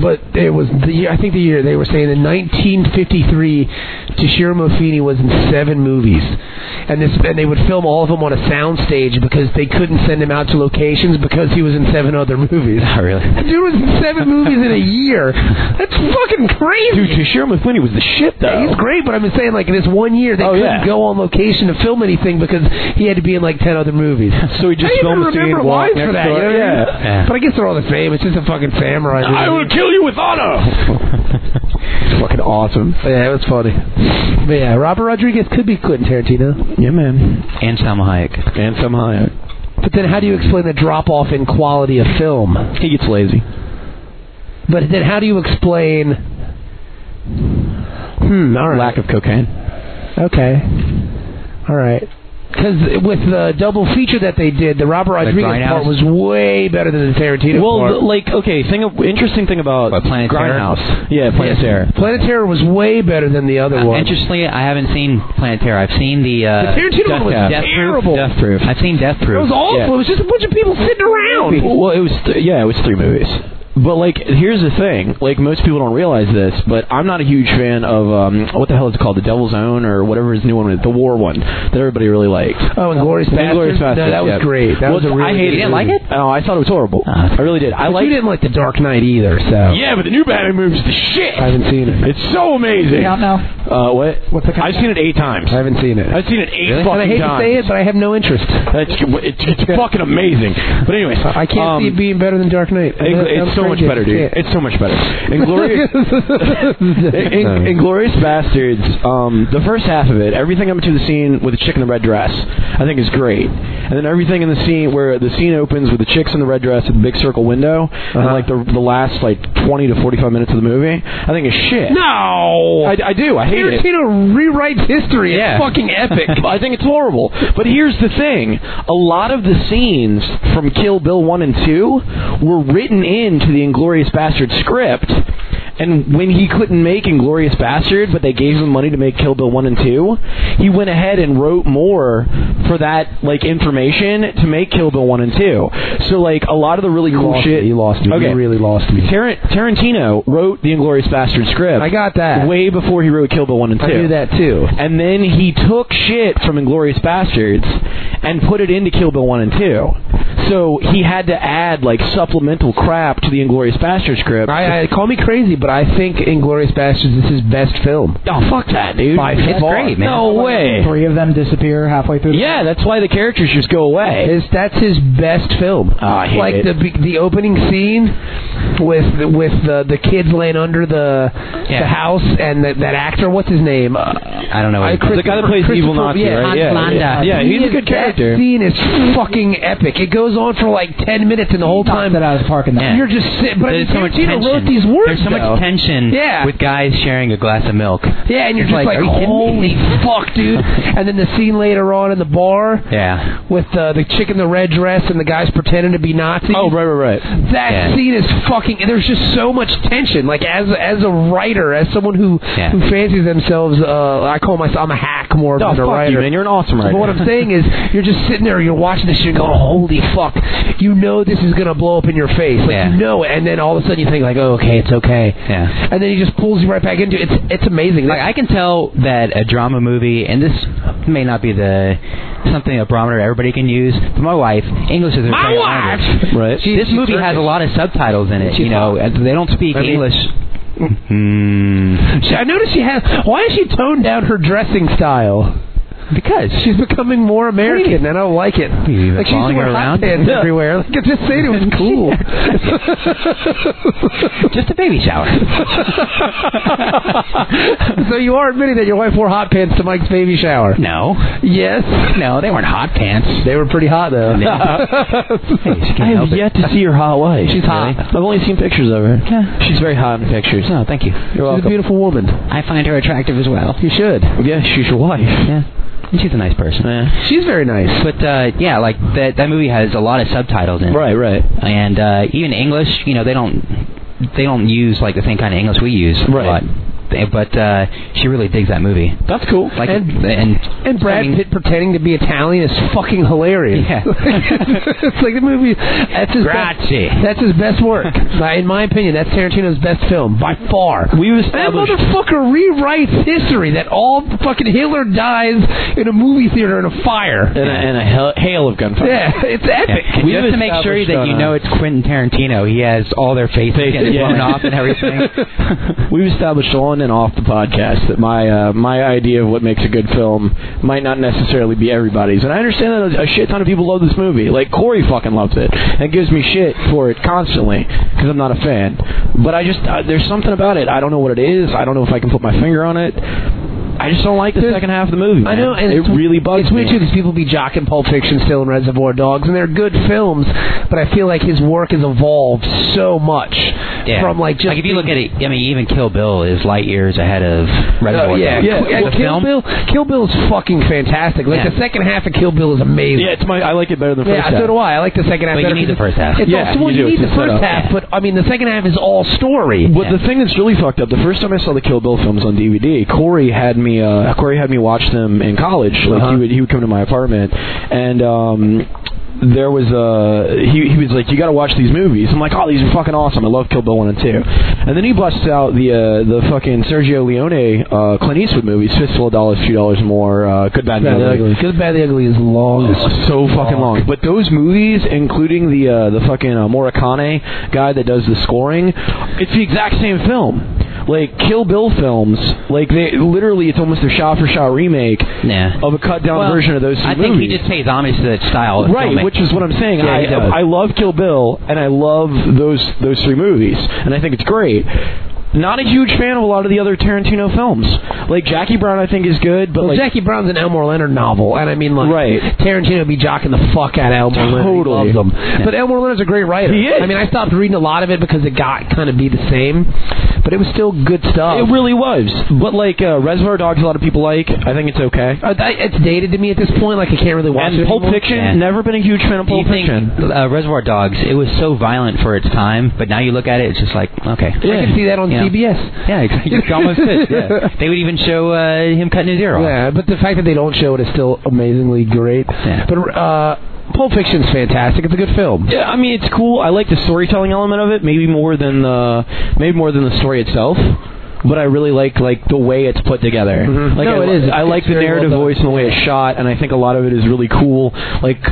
but it was the year, I think the year they were saying in 1953, Toshiro Mufidi was in seven movies, and this and they would film all of them on a soundstage because they couldn't send him out to locations because he was in seven other movies. Not really. That dude was in seven movies in a year. That's fucking crazy. Dude, Tashira Mufwini was the shit, though. Yeah, he's great, but I'm just saying, like, in this one year, they Oh, couldn't yeah. go on location to film anything because he had to be in, like, 10 other movies. so he just I even filmed a scene remember and lines walked for that, next door. you know what I mean? yeah. Yeah. But I guess they're all the same. It's just a fucking samurai. movie. kill you with honor! Fucking awesome. Yeah, it was funny. But yeah, Robert Rodriguez could be Quentin Tarantino. Yeah, man. And Salma Hayek. And somehow But then how do you explain the drop off in quality of film? he gets lazy. But then how do you explain. Hmm, all right. Lack of cocaine. Okay. All right. Because with the double feature that they did, the Robert Rodriguez part Grindhouse? was way better than the Tarantino Well, part. th- like, okay, thing of, interesting thing about What, Planet Terror? Grindhouse. Yeah, Planet Terror. Planet Terror was way better than the other Uh, one. interestingly, I haven't seen Planet Terror. I've seen the. Uh, The Tarantino one was Death terrible. Proof. Death Proof. I've seen Death It Proof. was awful. Yeah. It was just a bunch of people sitting around. Well, it was th- yeah, it was three movies. But like, here's the thing: like, most people don't realize this, but I'm not a huge fan of um, what the hell is it called, The Devil's Own, or whatever his new one was, the War one that everybody really liked. Oh, and Glorious Inglourious Bastards. No, Basterds, that was yeah. great. That Well, was a really I hated good it. Uh, movie. Oh, No, I thought it was horrible. Ah. I really did. I But liked. you didn't like The Dark Knight either, so yeah, but the new Batman movie's the shit. I haven't seen it. It's so amazing. Get out now. Uh, what? What's it I've called? seen it eight times. I haven't seen it. I've seen it eight Really? fucking and I hate times. to say it, but I have no interest. That's, it's, it's fucking amazing. But anyways, I can't um, see it being better than Dark Knight. Ingl- That- it's that so was much crazy. better, dude. Can't. It's so much better. Inglorious, in, Inglorious Bastards. Um, the first half of it, everything up to the scene with the chick in the red dress, I think is great. And then everything in the scene where the scene opens with the chicks in the red dress at the big circle window, and like the the last like twenty to forty five minutes of the movie, I think is shit. no. I, I do. I hate it. Tarantino rewrites history. Yeah. It's fucking epic. I think it's horrible. But here's the thing: a lot of the scenes from Kill Bill one and two were written into the Inglorious Bastard script. And when he couldn't make Inglorious Bastard, but they gave him money to make Kill Bill one and two, he went ahead and wrote more for that like information to make Kill Bill one and two. So like a lot of the really cool lost shit. me. You lost me. You Okay. really lost me. Tarant- Tarantino wrote the Inglorious Bastard script. I got that. way before he wrote Kill Bill one and two. I knew that too. And then he took shit from Inglorious Bastards and put it into Kill Bill 1 and 2. So he had to add, like, supplemental crap to the Inglorious Bastards script. I, I call me crazy, but I think Inglorious Bastards is his best film. oh, fuck that, dude. By It's far. great, man. No way. Three of them disappear halfway through. The Yeah, that's why the characters just go away. His, that's his best film. Oh, I hate like it. the be- the opening scene with with the the kids laying under the Yeah. the house and that that actor. What's his name? Uh, I don't know. What I- it's called. Oh, the guy that plays the evil Christopher- Nazi, yeah, right? Hans Yeah, Landa. yeah, yeah, he's a good That character. scene is fucking epic. It goes on for like ten minutes, and the whole time that I was parking that. Yeah. you're just sitting. But I mean, There's so much Tarantino tension. wrote these words. There's so though. much tension Yeah. with guys sharing a glass of milk. Yeah, and you're It's just like, like, are you kidding holy me? fuck, dude. and then the scene later on in the bar Yeah. with uh, the chick in the red dress and the guys pretending to be Nazis. Oh, right, right, right. That Yeah. scene is fucking. There's just so much tension. Like as as a writer, as someone who Yeah. who fancies themselves, uh, I call myself I'm a hack more Oh, than a fuck writer. you, man. You're an awesome But writer. what I'm saying is, you're just sitting there, you're watching this shit, going, "Holy fuck!" You know this is gonna blow up in your face, like Yeah. you know it. And then all of a sudden, you think like, "Oh, okay, it's okay." Yeah. And then he just pulls you right back into it. It's it's amazing. Like I can tell that a drama movie, and this may not be the something a barometer everybody can use, but my wife, English is her My second wife! language. Right. She- this she's movie has Turkish. a lot of subtitles in it. She's you know, hot. and they don't speak I mean- English. Hmm. I noticed she has. Why has she toned down her dressing style? Because She's becoming more American, and I don't like it. mean, Like she used to following wear her hot around? pants Yeah. everywhere. Like I just said, it was cool. just a baby shower. so you are admitting that your wife wore hot pants to Mike's baby shower? no, Yes. no, they weren't hot pants. They were pretty hot though. Hey, she can't I have help it. yet to see your hot wife. She's hot. I've only seen pictures of her. Yeah. She's very hot in pictures. No, Oh, thank you. You're She's a welcome. beautiful woman. I find her attractive as well. You should. Yeah, she's your wife. Yeah, and she's a nice person. Yeah. She's very nice. But uh, yeah, like that that movie has a lot of subtitles in it. Right, right. and uh, even English, you know, they don't they don't use like the same kind of English we use Right. a lot. They- But uh, she really digs that movie. That's cool. Like And- and, And Brad I mean, Pitt pretending to be Italian is fucking hilarious. Yeah. it's like the movie. That's his best, Grazie. That's his best work, By- in my opinion. That's Tarantino's best film by far. We've That established. motherfucker rewrites history. That all fucking Hitler dies in a movie theater in a fire. and a, and a hell, hail of gunfire. Yeah, it's epic. Yeah. We've Just to make sure established that on you a- know it's Quentin Tarantino. He has all their faces Faces, getting yeah. blown off and everything. We've established on and off the podcast that my uh, my idea of what makes a good film might not necessarily be everybody's, and I understand that a shit ton of people love this movie. Like Corey fucking loves it and gives me shit for it constantly because I'm not a fan. But I just uh, there's something about it. I don't know what it is. I don't know if I can put my finger on it. I just don't like the There's- second half of the movie. I know, man. and it it's- really bugs It's me. weird too because people be jocking Pulp Fiction still and Reservoir Dogs, and they're good films. But I feel like his work has evolved so much Yeah. from like just if you being- look at it, I mean, even Kill Bill is light years ahead of Reservoir Uh, yeah, Dogs. yeah. The Kill film? Bill, Kill Bill is fucking fantastic. Like Yeah. the second half of Kill Bill is amazing. yeah, it's my I like it better than the Yeah, first half. so do I. I like the second half. But you better need because the first half. It's Yeah, also, well, you you, do. need It's the a first setup. half, but I mean, the second half is all story. But Yeah. the thing that's really fucked up, the first time I saw the Kill Bill films on DVD, Corey had me uh, Corey had me watch them in college. Like Uh-huh. he would he would come to my apartment and um there was uh he he was like you got to watch these movies. I'm like, "Oh, these are fucking awesome. I love Kill Bill 1 and 2." And then he busts out the uh, the fucking Sergio Leone uh Clint Eastwood movies, Fistful of Dollars, Few Dollars More, uh Good Bad, Bad and the Ugly. Ugly. Good, Bad, the Ugly is long. as It's so fucking long. But those movies, including the uh, the fucking uh, Morricone guy that does the scoring, it's the exact same film. Like Kill Bill films, like they literally, it's almost a shot for shot remake Yeah. of a cut down Well, version of those two I think movies. he just pays homage to that style of Right, filmmaking. which is what I'm saying. Yeah, he does. I, I love Kill Bill, and I love those those three movies, and I think it's great. Not a huge fan of a lot of the other Tarantino films. Like Jackie Brown, I think is good, but Well, like Jackie Brown's an Elmore Leonard novel, and I mean, like, Right. Tarantino be jocking the fuck out of Elmore Leonard. Totally. He loves them. But Elmore Leonard's a great writer. He is. I mean, I stopped reading a lot of it because it got kind of be the same, but it was still good stuff. It really was. But like uh, Reservoir Dogs, a lot of people like. I think it's okay. Uh, I- it's dated to me at this point. Like, I can't really watch it And Pulp anymore. Fiction, Yeah. never been a huge fan of Do you Pulp think Fiction. uh, Reservoir Dogs? It was so violent for its time, but now you look at it, it's just like okay. I can see that on Yeah. CBS. Yeah, exactly. It's almost it. Yeah. They would even show uh, him cutting his ear off. Yeah, but the fact that they don't show it is still amazingly great. Yeah. But uh, Pulp Fiction's fantastic. It's a good film. Yeah, I mean it's cool. I like the storytelling element of it, maybe more than the maybe more than the story itself. But I really like like the way it's put together. Mhm. Like No, I, it is. I It's like the very well narrative done. voice and the way it's shot, and I think a lot of it is really cool. Like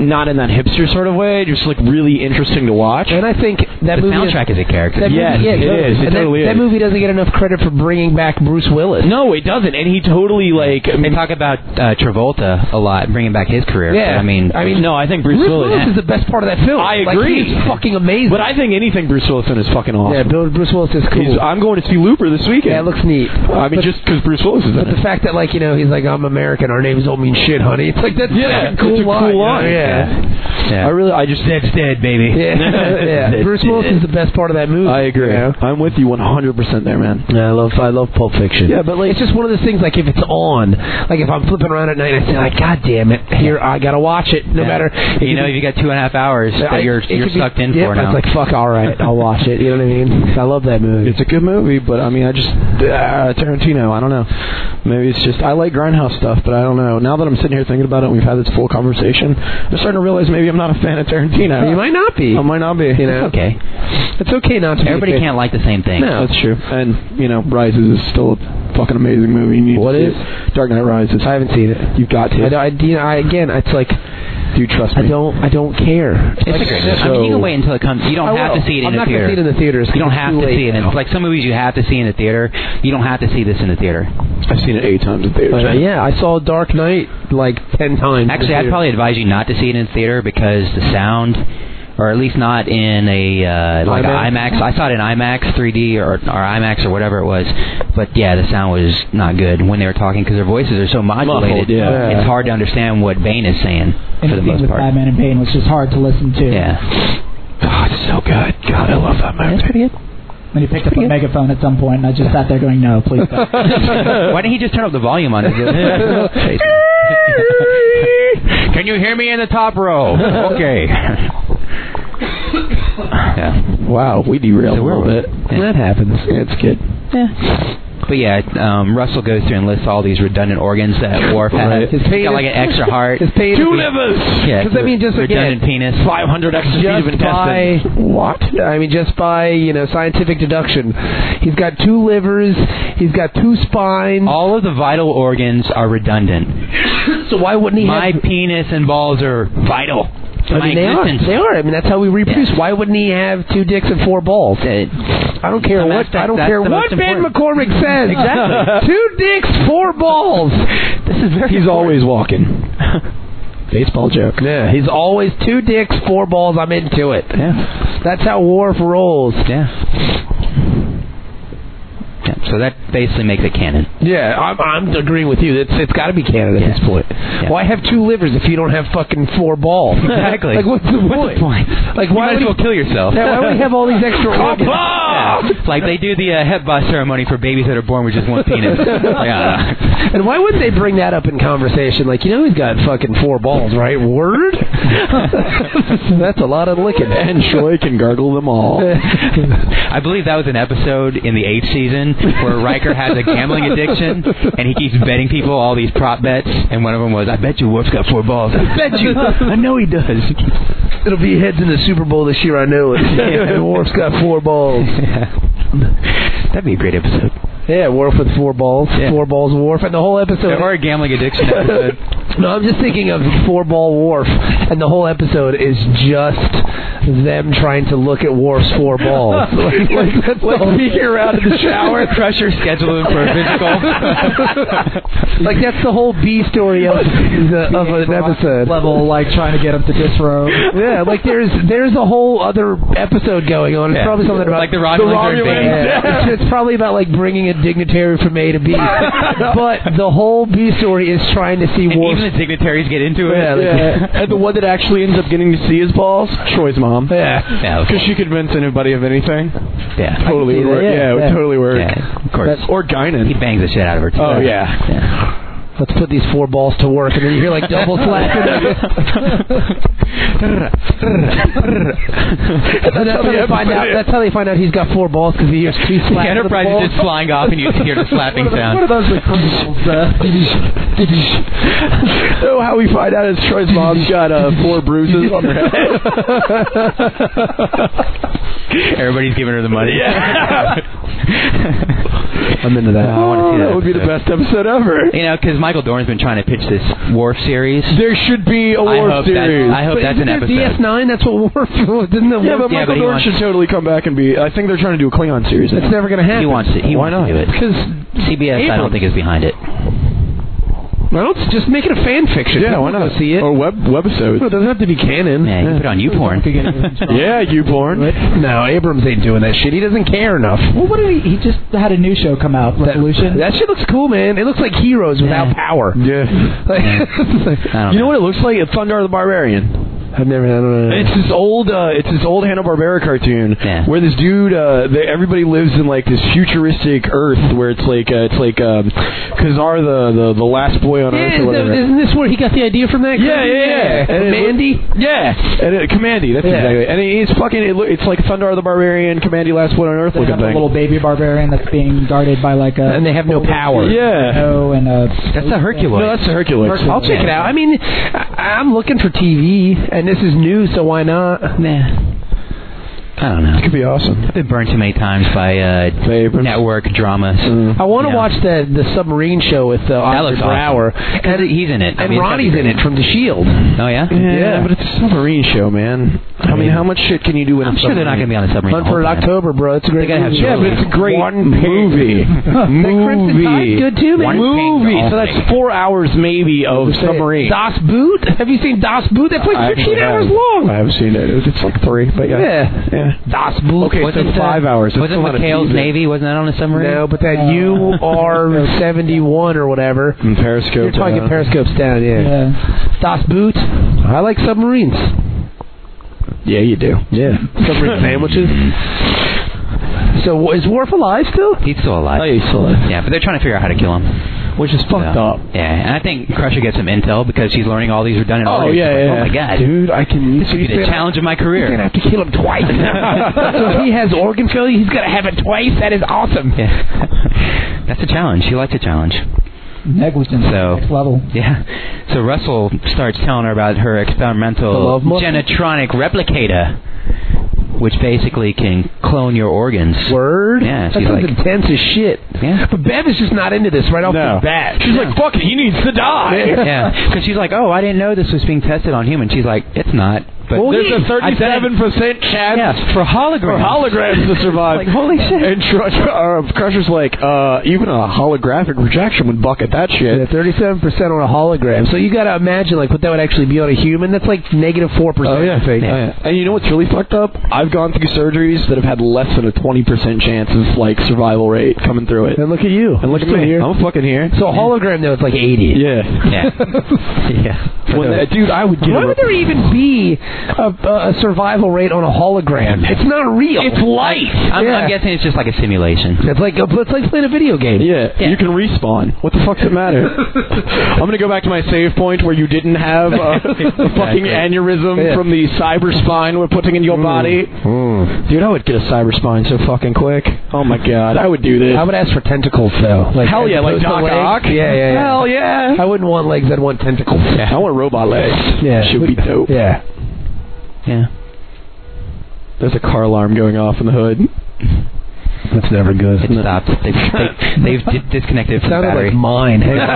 not in that hipster sort of way, just like really interesting to watch. And I think that The movie soundtrack is a character. That Yes, movie, yeah, it totally. is. It And that, totally is. that movie doesn't get enough credit for bringing back Bruce Willis. no, it doesn't. And he totally like They talk about uh, Travolta a lot, bringing back his career. Yeah. but, I mean, I mean, no, I think Bruce, Bruce, Willis, is the best part of that film. I Like, agree. he's fucking amazing. But I think anything Bruce Willis in is fucking awesome. yeah, Bill, Bruce Willis is cool. He's, I'm going to see Looper this weekend. yeah, it looks neat. I mean, but, just 'cause Bruce Willis is in but the it. fact that like you know he's like I'm American, our names don't mean shit, honey. It's like that's Yeah, fucking it's cool a cool you know? line. Yeah, I really, I just that's dead, baby. yeah, yeah. Bruce Willis is the best part of that movie. I agree. you know? I'm with you 100 percent there, man. Yeah, I love I love Pulp Fiction. Yeah, but like it's just one of those things. Like if it's on, like if I'm flipping around at night, and I say like, God damn it, here I gotta watch it. No Yeah. matter you know, if you got two and a half hours I- that you're it you're could be sucked in dip, for now. It's like fuck, all right, I'll watch it. You know what I mean? I love that movie. It's a good movie, but I mean, I just uh, Tarantino. I don't know. Maybe it's just I like grindhouse stuff, but I don't know. Now that I'm sitting here thinking about it, and we've had this full conversation. I'm starting to realize maybe I'm not a fan of Tarantino. you might not be. I might not be. You know? okay, It's okay not to. be a everybody fan. can't like the same thing. No. That's true. And you know, Rises is still a fucking amazing movie. You need What to see is? it. Dark Knight Rises? I haven't seen it. You've got to. I, don't- I, you know, I again, it's like Do trust me. I don't. I don't care. It's a great movie. I mean, you can wait until it comes. You don't I have will. to see it in I'm the not theater. gonna see it in the theaters. you don't It's have too to late see it. In, now. like some movies, you have to see in the theater. You don't have to see this in the theater. I've seen it eight times in But, uh, theaters. yeah, I saw Dark Knight like ten times. Actually, I'd probably advise you not to see it in the theater because the sound, or at least not in a uh, like an IMAX? IMAX. I saw it in IMAX 3D or or IMAX or whatever it was. But yeah, the sound was not good when they were talking because their voices are so modulated. Muffled, yeah. It's hard to understand what Bane is saying for the Anything most with part. Batman and Bane was just hard to listen to. Yeah. Oh, it's so good. God, I love that movie. pretty good. When he picked up a megaphone at some point, and I just sat there going, "No, please." Don't. Why didn't he just turn up the volume on it? Can you hear me in the top row? Okay. yeah. Wow, we derailed So a where little was bit. it? That happens. Yeah, it's good. But yeah, um, Russell goes through and lists all these redundant organs that Worf has. Right. He's got like an extra heart. His pain Two livers. Yeah, 'Cause I mean, just redundant penis. Five hundred extra feet of Just by intestine. What? I mean, just by you know scientific deduction, he's got two livers, he's got two spines. All of the vital organs are redundant. so why wouldn't he? Oh, My have, penis and balls are vital to I mean, my they are. existence. They are. I mean, that's how we reproduce. Why wouldn't he have two dicks and four balls? I don't care Some what. aspect- I don't Uh, that's care the what most Ben important. McCormick says. Exactly. two dicks, four balls. This is very. He's always walking. Baseball joke. Yeah, he's always two dicks, four balls. I'm into it. Yeah. That's how Worf rolls. Yeah. yeah. So that basically makes it canon. Yeah, I'm, I'm agreeing with you. It's it's got to be Canada at this point. Why have two livers if you don't have fucking four balls? Exactly. like what's the point? Like You why might as would well kill yourself. yeah, why would we have all these extra organs? Yeah. Like they do the uh, Hepbah ceremony for babies that are born with just one penis. yeah. And why wouldn't they bring that up in conversation? Like you know he's got fucking four balls, right? Word. That's a lot of licking. And Troy can gargle them all. I believe that was an episode in the eighth season where Riker has a gambling addiction and he keeps betting people all these prop bets. And one of them was, "I bet you Worf's got four balls. I bet you. I know he does." It'll be heads in the Super Bowl this year. I know it. and Worf's got four balls. That'd be a great episode. Yeah, Worf with four balls. Yeah. Four balls Worf, and the whole episode. Or a gambling addiction episode. No, I'm just thinking of Four Ball Wharf, and the whole episode is just them trying to look at Wharf's four balls. like, like, that's the whole- out of the shower, crush your schedule in for a physical. like, that's the whole B story of the, of an episode. level, like trying to get him to disrobe. Yeah, like there's there's a whole other episode going on. It's Yeah. probably something about Like the Romulans are invading. Yeah. It's, it's probably about like bringing a dignitary from A to B. but the whole B story is trying to see and Worf's even the dignitaries get into it. Yeah, like- Yeah. And the one that actually ends up getting to see his balls, Troy's mom. Yeah. Yeah, of Because course. she convinced anybody of anything. yeah. Totally see would that, work. yeah, Yeah, it would yeah. totally work. Yeah, of course. Or Guinan. He bangs the shit out of her too. Oh yeah. let's put these four balls to work, and then you hear like double slapping. that's, how they find out. That's how they find out he's got four balls because he hears two The slaps. of the Enterprise balls. is just flying off, and you hear the slapping sound. those like criminals, uh? so how we find out is Troy's mom's got uh, four bruises on her head. Everybody's giving her the money. I'm into that. Oh, I wanna see that would be the best episode ever. you know, because Michael Dorn's been trying to pitch this Wharf series. There should be a I war hope that- series. I hope But that's an isn't there episode. DS9. That's what Worf didn't know. Yeah, but Yeah, but Michael he Dorn wants- should totally come back and be. I think they're trying to do a Klingon series. it's never gonna happen. He wants it. He Why wants to do it. not? because CBS, I don't Abrams. think, is behind it. well, it's just make it a fan fiction. Yeah, People why not? Oh. go See it. Or web Well, it webisode. doesn't have to be canon. Man, you can put it on YouPorn. Yeah, you born. No, Abrams ain't doing that shit. He doesn't care enough. Well, what did he? He just had a new show come out, Revolution. That shit looks cool, man. It looks like heroes without Yeah. power. Yeah. Like, I don't You know what it looks like? It's Thunder the Barbarian. I've never. I don't know. It's this old, uh, it's this old Hanna Barbera cartoon Yeah. where this dude, uh, they, everybody lives in like this futuristic Earth where it's like, uh, it's like um, Kazar, the, the the last boy on Earth or whatever. isn't this where he got the idea from that? yeah, yeah, yeah. And it loo- Mandy. yeah, and it, Commandy. That's Yeah. exactly. It. And it- it's fucking. It, loo- it's like Thunder the Barbarian, Commandy, last boy on Earth They looking have a thing. little baby barbarian that's being guarded by like a. And they have no power. yeah. Oh, and uh, That's a Hercules. No, that's the Hercules. I'll check it out. I mean, I, I'm looking for TV, and this is new, so why not? Nah. I don't know. It could be awesome. I've been burned too many times by uh, Abrams. network dramas. I want to Yeah. watch the the submarine show with uh, That Oscar looks Brower awesome. 'Cause and, he's in it. I and mean, it's gotta be Ronnie's in great. it from The Shield. Oh yeah. Yeah, Yeah. but it's a submarine show, man. I mean, how much shit can you do with I'm a sure they're not submarine? going to be on the submarine. Hunt the whole for time. October, bro. It's a great They gotta have movie. shows. Yeah, but it's a great movie. The Crimson movie. Tide's good too, man. movie. Ping So only. that's four hours maybe of submarine. Das Boot? Have you seen Das Boot? That I play's actually 15 hours have. I long. haven't seen it. It's like three, but yeah. Yeah. Yeah. Das Boot. Okay, so Wasn't, uh, five hours. That's a Wasn't lot of McHale's TV. Navy? Wasn't that on a submarine? No, but that U R seventy one or whatever. And Periscope. You're talking uh, periscopes down, yeah. Yeah. Das Boot. I like submarines. Yeah, you do. Yeah. Submarine sandwiches. So is Worf alive still? He's still alive. Oh, he's still alive. Yeah, but they're trying to figure out how to kill him. Which is fucked So, up. Yeah, and I think Crusher gets some intel because she's learning all these redundant Oh, orders. yeah, Like, yeah. Oh my god. Dude, I can use This would be the challenge of my You're career. gonna have to kill him twice. so he has organ failure. He's gonna have it twice. That is awesome. Yeah. That's a challenge. She likes a challenge. Negligence. So- Next level. Yeah. So Russell starts telling her about her The experimental love muscle? genetronic replicator, which basically can clone your organs. Word. Yeah, that she's sounds like- intense as shit. Yeah. But Bev is just not into this right off No. the bat. She's like, fuck it, he needs to die. Yeah, because she's like, oh, I didn't know this was being tested on humans. She's like, it's not. But Well, There's a yeah. I bet it- 37% chance yeah, for for holograms. holograms to survive. Like, holy shit. And Tr- uh, Crusher's like, uh, even a holographic rejection would bucket that shit. Thirty-seven percent on a hologram. So you got to imagine like what that would actually be on a human. That's like negative four percent. I think. Oh, Yeah. Oh, And you know what's really fucked up? I've gone through surgeries that have had less than a 20% chance of like survival rate coming through it. And look at you. And look at me, I'm fucking here. So a hologram though, it's like eighty. Yeah. Yeah. yeah. When that- dude, I would get. Why a- would there even be a, a survival rate on a hologram? It's not real. It's life. I'm, I'm guessing it's just like a simulation. It's like it's like playing a video game. Yeah, Yeah. you can respawn. What the fuck's it matter? I'm gonna go back to my save point where you didn't have uh, a, a fucking Exactly. aneurysm Yeah. from the cyber spine we're putting in your body. Mm. Mm. Dude, I would get a cyber spine so fucking quick. Oh my god, I would do this. I would ask for tentacles though. Like, Hell as yeah, like opposed to Doc legs. Ock. Yeah, yeah, yeah. Hell yeah. I wouldn't want legs. I'd want tentacles. I want robot legs. Yeah. should be dope. Yeah. Yeah. There's a car alarm going off in the hood. That's never good. It stopped. They've, they, they've di- disconnected from the Sounded battery. like mine. Hang on.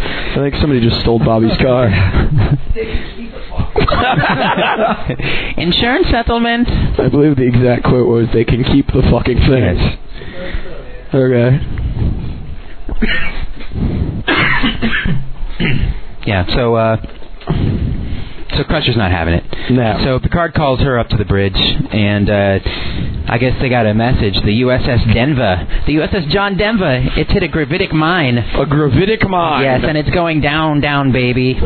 I think somebody just stole Bobby's car. Insurance settlement. I believe the exact quote was, "They can keep the fucking thing." Yes. Okay. Yeah. So, uh, so Crusher's not having it. No. So Picard calls her up to the bridge, and uh, I guess they got a message. The USS Denver, the USS John Denver, it's hit a gravitic mine. A gravitic mind. Yes, and it's going down, down, baby.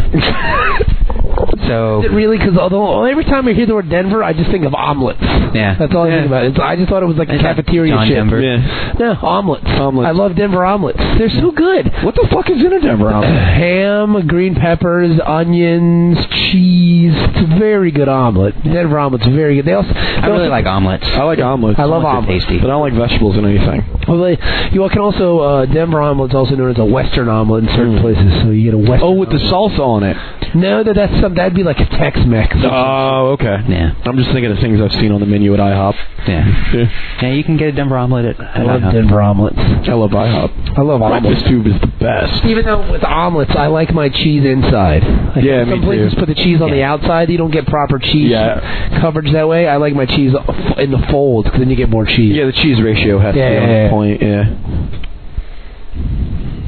so Is it really? Because although every time I hear the word Denver, I just think of omelets. Yeah. That's all I think Yeah. about. It's, I just thought it was like It's like cafeteria John shit. Denver. Yeah. No, omelets. Omelets. I love Denver omelets. They're so good. What the fuck is in a Denver omelet? Ham, green peppers, onions, cheese. It's a very good omelet. Denver omelet's very good. They also, I really like omelets. I like omelets. I love They're omelets. Tasty. But I don't like vegetables in anything. Well, they, you all can also uh, Denver omelet's also known as a Western omelet in certain Mm. places. So you get a Western. Oh, with the salsa on it. no, that that's some that'd be like a Tex-Mex. Oh, okay. Yeah, I'm just thinking of things I've seen on the menu at IHOP. yeah, Yeah. yeah. You can get a Denver omelet at. I at love IHOP. Denver omelets. I love IHOP. I love omelets. Breakfast tube is the best. Even though with omelets, I like my cheese inside. Like, Yeah, some me places too. put the cheese on the Yeah. outside. You don't get proper cheese Yeah. coverage that way. I like my cheese in the fold 'cause then you get more cheese. Yeah, the cheese ratio has Yeah, to be on yeah, yeah. the point. Yeah.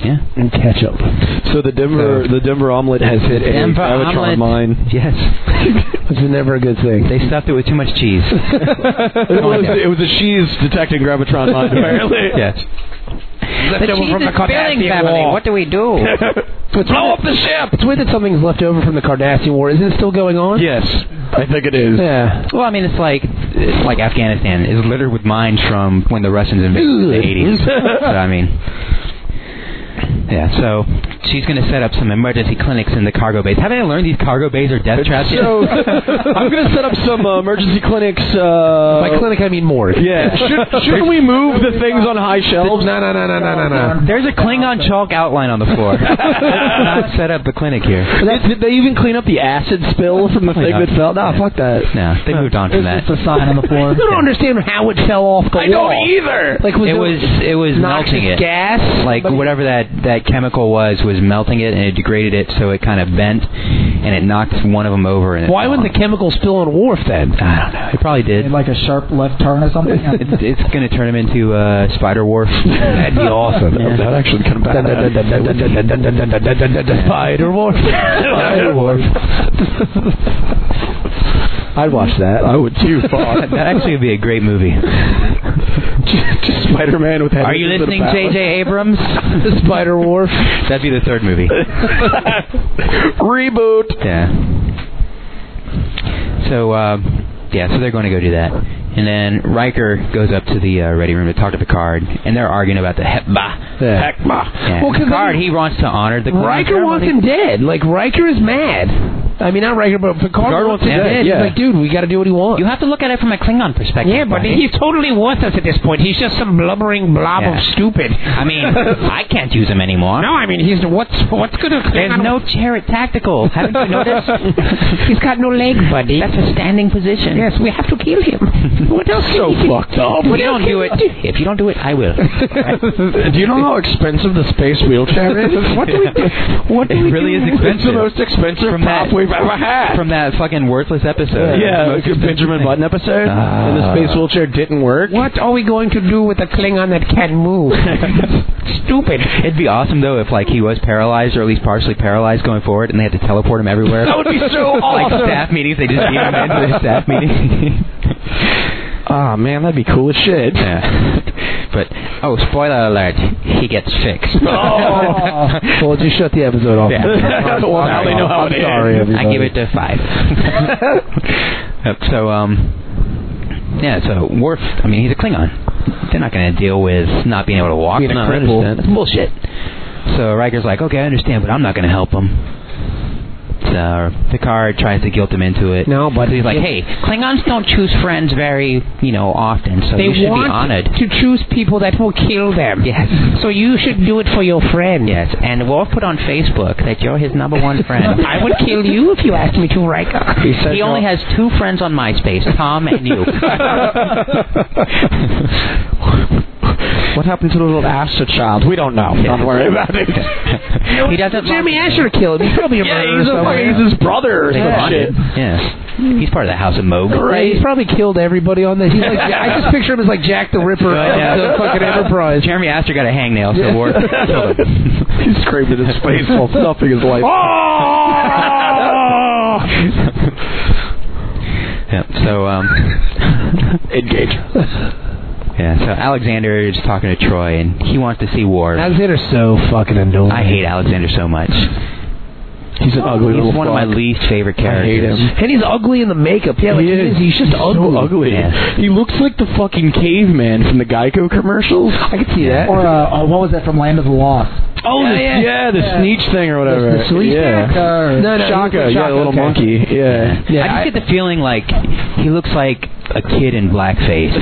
Yeah. And ketchup. So the Denver, the Denver omelet has hit a Denver Cybertron omelet. mine. Yes. Which is never a good thing. They stuffed it with too much cheese. It was, it was a cheese detecting gravitron mine. Apparently. yes. The cheese is spilling, family. What do we do? Blow up the ship! It's weird that something's left over from the Cardassian War. Isn't it still going on? Yes, I think it is. Yeah. Well, I mean, it's like it's like Afghanistan is littered with mines from when the Russians invaded in the eighties. so I mean, yeah. So she's going to set up some emergency clinics in the cargo bays. Haven't I learned these cargo bays are death traps? yet? So I'm going to set up some uh, emergency clinics. Uh, By clinic, I mean morgue. Yeah. Should, shouldn't we move the things on high shelves? No, no, no, no, no, no, no. There's a Klingon chalk outline on the floor. Not set up the clinic here. Did, did they even clean up the acid spill from the Probably thing not. that fell? Nah, fuck that. No, they moved on from that. It's just a sign on the floor. I don't understand how it fell off the I wall. don't either. Like was It was it was noxious melting it. gas? Like whatever that that chemical was was melting it and it degraded it so it kind of bent and it knocked one of them over and it Why wouldn't the chemical spill on Wharf then? the I don't know. It probably did. Made like a sharp left turn or something. It's, it's going to turn him into uh, Spider Wharf. That'd be awesome. That actually kind of Spider Wharf. Spider Wharf. I'd watch that. I would too. that actually would be a great movie. just, just Spider-Man with. Are you listening, J.J. Abrams? The Spider Wharf. That'd be the third movie. Reboot. Yeah. So, uh, yeah, so they're going to go do that. And then Riker goes up to the uh, ready room to talk to Picard, and they're arguing about the Hepba. Yeah. Yeah. Well, 'cause Picard, then- he wants to honor the Klingon Riker wants ceremony. him dead. Like Riker is mad. I mean, not Riker, but Picard, wants him dead. yeah. He's like, dude, we got to do what he wants. You have to look at it from a Klingon perspective. yeah, but buddy. he's totally worthless at this point. He's just some blubbering blob Yeah. of stupid. I mean, I can't use him anymore. no, I mean, he's what's what's good to There's no chair at tactical. Haven't you noticed? he's got no legs, buddy. That's a standing position. yes, we have to kill him. What else? So can we do? fucked up. If you don't do it, if you don't do it, I will. Uh, Do you know how expensive the space wheelchair is? What do we do? What do It we really do is with- It's the expensive. most expensive From prop that- we've ever had. From that fucking worthless episode. yeah, Ah. Most the Benjamin Button episode, and the space wheelchair didn't work. What are we going to do with a Klingon that can move? Stupid. It'd be awesome though if like he was paralyzed or at least partially paralyzed going forward, and they had to teleport him everywhere. That would be so like awesome. staff meetings, they just beam him into the staff meeting. Ah man, that'd be cool as shit. yeah. But oh, spoiler alert! He gets fixed. Oh. Well, just shut the episode off. Yeah. well, now they know how I'm it sorry, ends. everybody. I give it to five. Yep, so um, yeah. So Worf, I mean, he's a Klingon. They're not going to deal with not being able to walk. Yeah, They're no, I crippled. understand. That's bullshit. So Riker's like, okay, I understand, but I'm not going to help him. So Picard tries to guilt him into it. No, but So he's like, hey, Klingons don't choose friends very, you know, often. So They you should want be honored. to choose people that will kill them. Yes. So you should do it for your friend. Yes, and Worf put on Facebook that you're his number one friend. I would kill you if you asked me to, Riker. He said He only has two friends on MySpace, Tom and you. What happened to the little acid child? We don't know. Don't worry about it. he doesn't. Jimmy like- Asher killed him. He's probably a yeah, murderer he's, a, somewhere. fucking- he's his brother or some Yeah. shit. Yes. He's part of the House of Moog. Yeah, he's probably killed everybody on the. He's like, I just picture him as like Jack the Ripper of Yeah. the fucking Enterprise. Jeremy Astor got a hangnail, so Worf killed him. he screamed in his face while stuffing his life. Oh! Yeah, so, um, Engage. yeah, so Alexander is talking to Troy, and he wants to see Worf. Alexander's so fucking annoying. I hate Alexander so much. He's an Oh, ugly He's little one of my fuck. least favorite I hate characters. him. And he's ugly in the makeup. Yeah, like He he is. is. He's just ugly. So ugly. Yeah. He looks like the fucking caveman from the Geico commercials. I can see that. Or uh, oh, what was that from Land of the Lost? Oh, yeah, the, yeah. the Sneech thing or whatever. The Sneech yeah. thing? No, Or- no, he looks Shaka, like yeah, the little okay. monkey. Yeah. Yeah, I I- just get the feeling like he looks like a kid in blackface.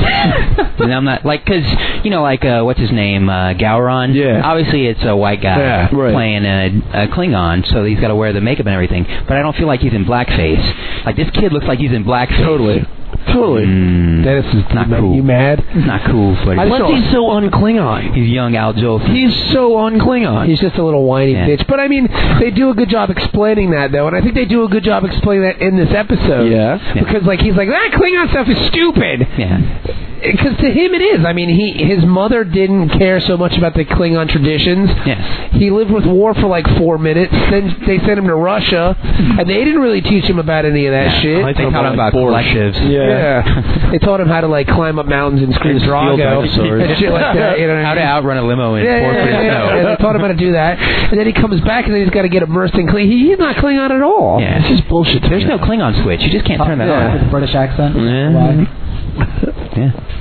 and I'm not like because you know like uh, what's his name uh, Gowron. Yeah. Obviously, it's a white guy Yeah, right. playing a, a Klingon, so he's got to wear the makeup and everything. But I don't feel like he's in blackface. Like this kid looks like he's in blackface. Totally. Totally. Mm, Dennis is not you, cool. You mad? It's not cool. But I saw- so unklingon? he's young Al Jolson. He's so unklingon. He's just a little whiny Yeah. bitch. But I mean, they do a good job explaining that though, and I think they do a good job explaining that in this episode. Yeah. Yeah. Because like he's like that Klingon stuff is stupid. yeah. Because to him it is. I mean, he his mother didn't care so much about the Klingon traditions. Yes. He lived with war for like four minutes. Then they sent him to Russia, and they didn't really teach him about any of that shit. They taught him about Borscht. collectives. Yeah. Yeah. they taught him how to like climb up mountains and scream And steal Drago dinosaurs. and shit like that. You know what I How to mean? outrun a limo in Yeah, four yeah, feet yeah, of yeah, snow. yeah. They taught him how to do that, and then he comes back, and then he's got to get immersed in Klingon. He, he's not Klingon at all. Yeah. It's just bullshit. There's no Klingon switch. You just can't turn that With on. a British accent. Yeah. Why? Yeah.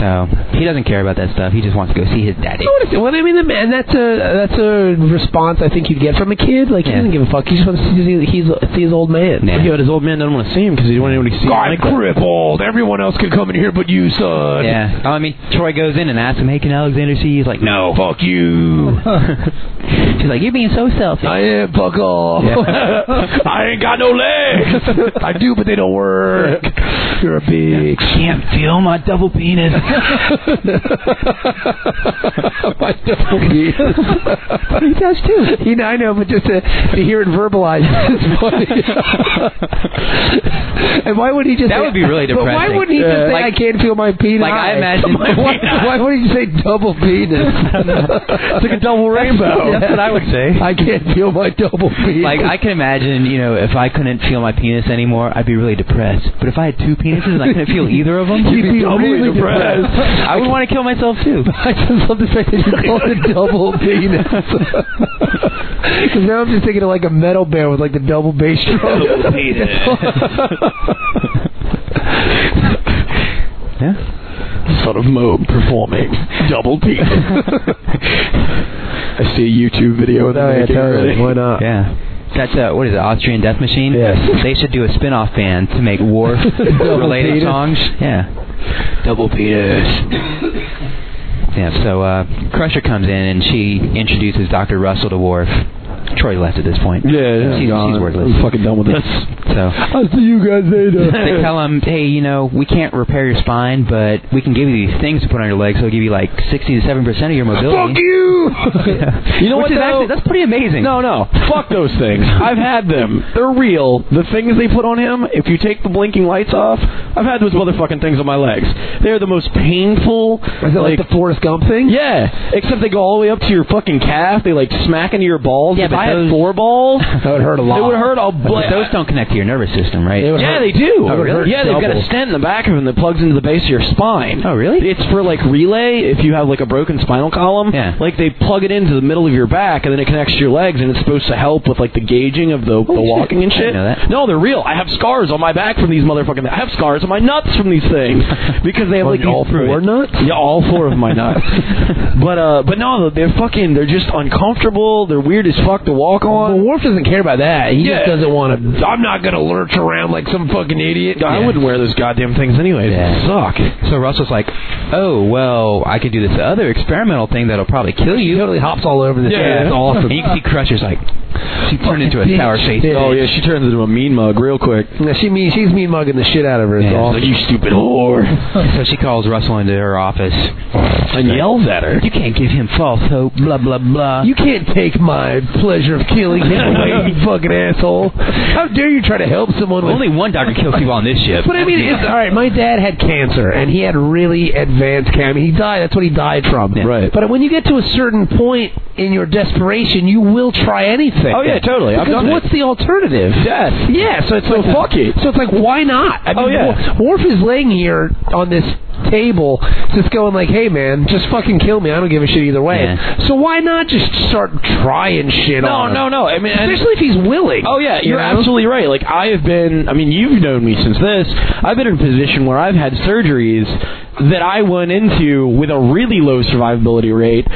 So He doesn't care about that stuff. He just wants to go see his daddy. I wanna see- Well, I mean, the man, that's a that's a response I think you'd get from a kid. Like he Yeah. doesn't give a fuck. He just wants to see he's see his old man. Yeah. Yeah, but his old man doesn't want to see him because he doesn't want anybody to see him. I'm like that. crippled. Everyone else can come in here but you, son. Yeah. Oh, I mean, Troy goes in and asks him, "Hey, can Alexander see?" you?" He's like, "No." Fuck you. She's like, "You're being so selfish." I am fuck off. I ain't got no legs. I do, but they don't work. You're a bitch. Can't feel my double penis. he does too. You know, I know, but just to, to hear it verbalized is funny. and why would he just? That say- would be really But why depressing. wouldn't he Yeah. just say, Like- "I can't feel my penis"? like, I imagine- Why, why would he say double penis? It's like a double rainbow. That's what I would say. I can't feel my double penis. Like I can imagine, you know, if I couldn't feel my penis anymore, I'd be really depressed. But if I had two penises and I couldn't feel either of them, You'd be really depressed. I would want to kill myself too. I just love the fact that you called it double penis. Because now I'm just thinking of like a metal band with like the double bass drum. Double penis. Yeah. Son of Moog performing double penis. I see a YouTube video of that. making already. Why not? Yeah. That's uh what is it? Austrian Death Machine. Yes. They should do a spin-off band to make war related penis. songs. Yeah. Double penis. Yeah. So uh, Crusher comes in and she introduces Dr. Russell to Worf. Troy left at this point. Yeah, yeah. She's, gone. she's I'm worthless. fucking done with this. So. I'll see you guys they tell him, hey, you know, we can't repair your spine, but we can give you these things to put on your legs. They'll give you like 60 to 70 percent of your mobility. Fuck you! Yeah. You know Which what? is though? actually, that's pretty amazing. No, no. Fuck those things. I've had them. They're real. The things they put on him, if you take the blinking lights off, I've had those motherfucking things on my legs. They're the most painful. Is it like, the Forrest Gump thing? yeah, except they go all the way up to your fucking calf. They like smack into your balls. Yeah, if but I those- had four balls, That would hurt a lot. it would hurt all. But But those don't connect to your nervous system, right? would yeah, hurt. they do. That would hurt Yeah, they've got double. a stent in the back of them that plugs into the base of your spine. Oh, really? It's for like relay. If you have like a broken spinal column, Yeah. like they plug it into the middle of your back, and then it connects to your legs, and it's supposed to help with like the gauging of the, the walking and I shit. didn't know that. No, they're real. I have scars on my back from these motherfucking. I have scars on my nuts from these things because they have like On all these- four nuts? Yeah, all four of my nuts. but uh, but no, they're fucking. They're just uncomfortable. They're weird as fuck to walk Well, on. Worf doesn't care about that. He Yeah. just doesn't want to. I'm not gonna lurch around like some fucking idiot. I Yeah. wouldn't wear those goddamn things anyways. Yeah. They suck. So Russell's like, oh, well, I could do this other experimental thing that'll probably kill He you. totally hops all over this. Yeah, thing. yeah. It's awesome. You can see Crusher's like, she turned into a bitch, sour face. bitch. Oh yeah, she turns into a mean mug real quick. Yeah, she mean, she's mean mugging the shit out of her. It's Yeah, awesome. you stupid whore, So she calls Russell into her office. and yells at her. You can't give him false hope, blah, blah, blah. You can't take my pleasure of killing him away, you fucking asshole. How dare you try to help someone with Only one doctor kills people on this ship. But I mean, it's, all right. My dad had cancer, and he had really advanced cancer. I mean, he died. That's what he died from. Right. But when you get to a certain point in your desperation, you will try anything. Oh, yeah, totally. I've Because done it. what's the alternative? Death. Yeah. So it's so like, fuck it. So it's like, why not? I mean, Oh, yeah. Wor- Worf is laying here on this table, just going like, "Hey, man, just fucking kill me. I don't give a shit either way." Yeah. So why not just start trying shit No, on him? no, no. I mean, and- Especially if he's willing. oh yeah, You you're know? absolutely right. Like I have been. I mean, you've known me since this. I've been in a position where I've had surgeries that I went into with a really low survivability rate,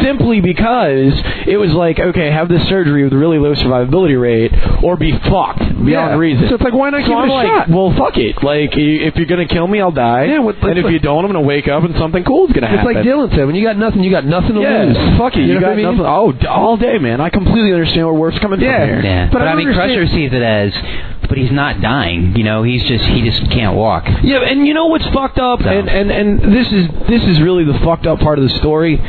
simply because it was like, okay, have this surgery with a really low survivability rate, or be fucked beyond Yeah. reason. So it's like, why not So give it I'm a like, shot? well, fuck it. Like, i- if you're gonna kill me, I'll die. Yeah, what- and if like- you don't, I'm gonna wake up and something cool's gonna It's happen. like Dylan said, when you got nothing, you got nothing to yeah, lose. fuck it. You, know what got I mean? nothing. Oh, d- all day, man. I completely understand where work's coming Yeah. from here. Yeah, But but, I I, don't mean, understand- Crusher sees it as, but he's not dying. You know, he's just he just can't walk. Yeah, and you know what's fucked up, and, and and this is this is really the fucked up part of the story.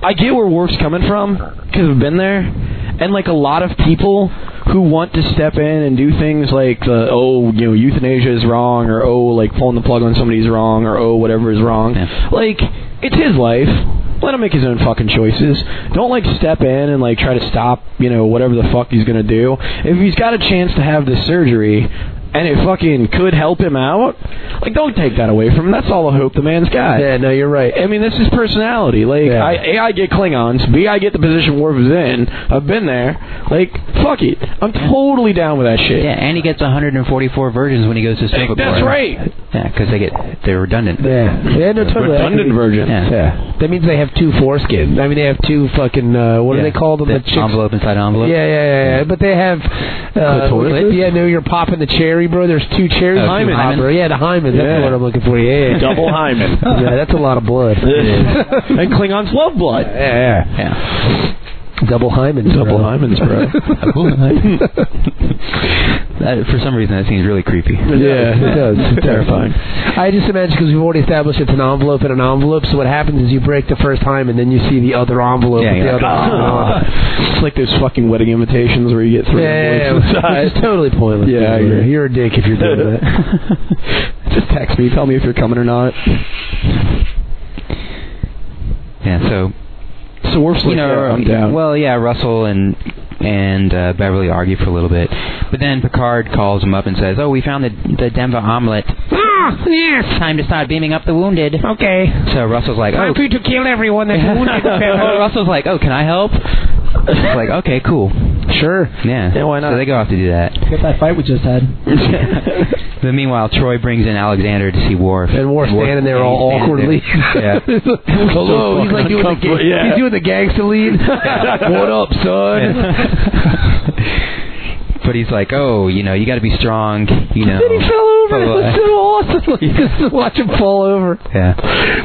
I get where Worf's coming from because I've been there, and like a lot of people who want to step in and do things like the oh you know euthanasia is wrong or oh like pulling the plug on somebody's wrong or oh whatever is wrong. Yeah. Like it's his life. Let him make his own fucking choices. Don't like step in and like try to stop, you know, whatever the fuck he's gonna do. If he's got a chance to have this surgery, and it fucking could help him out, like don't take that away from him. That's all the hope the man's got. Yeah, no, you're right. I mean, this is personality. Like, Yeah. I, A, I get Klingons. B, I get the position Worf is in. I've been there. Like, fuck it. I'm totally down with that shit. Yeah, and he gets 144 versions when he goes to Singapore. That's right. Yeah, because they get they're redundant. Yeah, yeah, no, totally. That could Redundant be- version. Yeah. Yeah, that means they have two foreskins. I mean, they have two fucking uh, what Yeah, do they call them? the The chicks- envelope inside envelope. Yeah, yeah, yeah, yeah. But they have. Uh, Clitorises? yeah, no, you're popping the cherry, bro. There's two cherries. Oh, two Hymen. hymen? Hopper. Yeah, the hymen. That's Uh, Yeah. what I'm looking for. Yeah, yeah. Double Hyman. yeah, that's a lot of blood. and Klingons love blood. Yeah, yeah. Yeah. Double hymen. Double bro. Hymens, bro. That, for some reason, that seems really creepy. yeah, it does. It's terrifying. I just imagine because we've already established it's an envelope and an envelope. So what happens is you break the first hymen, then you see the other envelope. Yeah, with the you're like, "Ah." other hymen on it. It's like those fucking wedding invitations where you get three Yeah, envelopes yeah, which is inside. totally pointless. Yeah, I dude. agree. you're a dick if you're doing that. Just text me. Tell me if you're coming or not. Yeah. So So Worf's like, you know, yeah, I'm down. well, yeah, Russell and and uh, Beverly argue for a little bit, but then Picard calls him up and says, "Oh, we found the the Denver omelet. Ah, yes. Time to start beaming up the wounded." Okay. So Russell's like, "Oh, to kill everyone that's Oh, Russell's like, "Oh, can I help?" It's like, "Okay, cool." Sure. Yeah. Yeah, why not? So they go off to do that. Get that fight we just had. but meanwhile, Troy brings in Alexander to see Worf. And Worf standing there all and he's awkwardly. standing there. yeah. Hello. He's like doing the, uncomfortable, gang- yeah. he's doing the gangster lead. what up, son? but he's like, "Oh, you know, you got to be strong." You know. Then he fell over. It Hello. was so uh, awesome. Like, Just watch him fall over. yeah.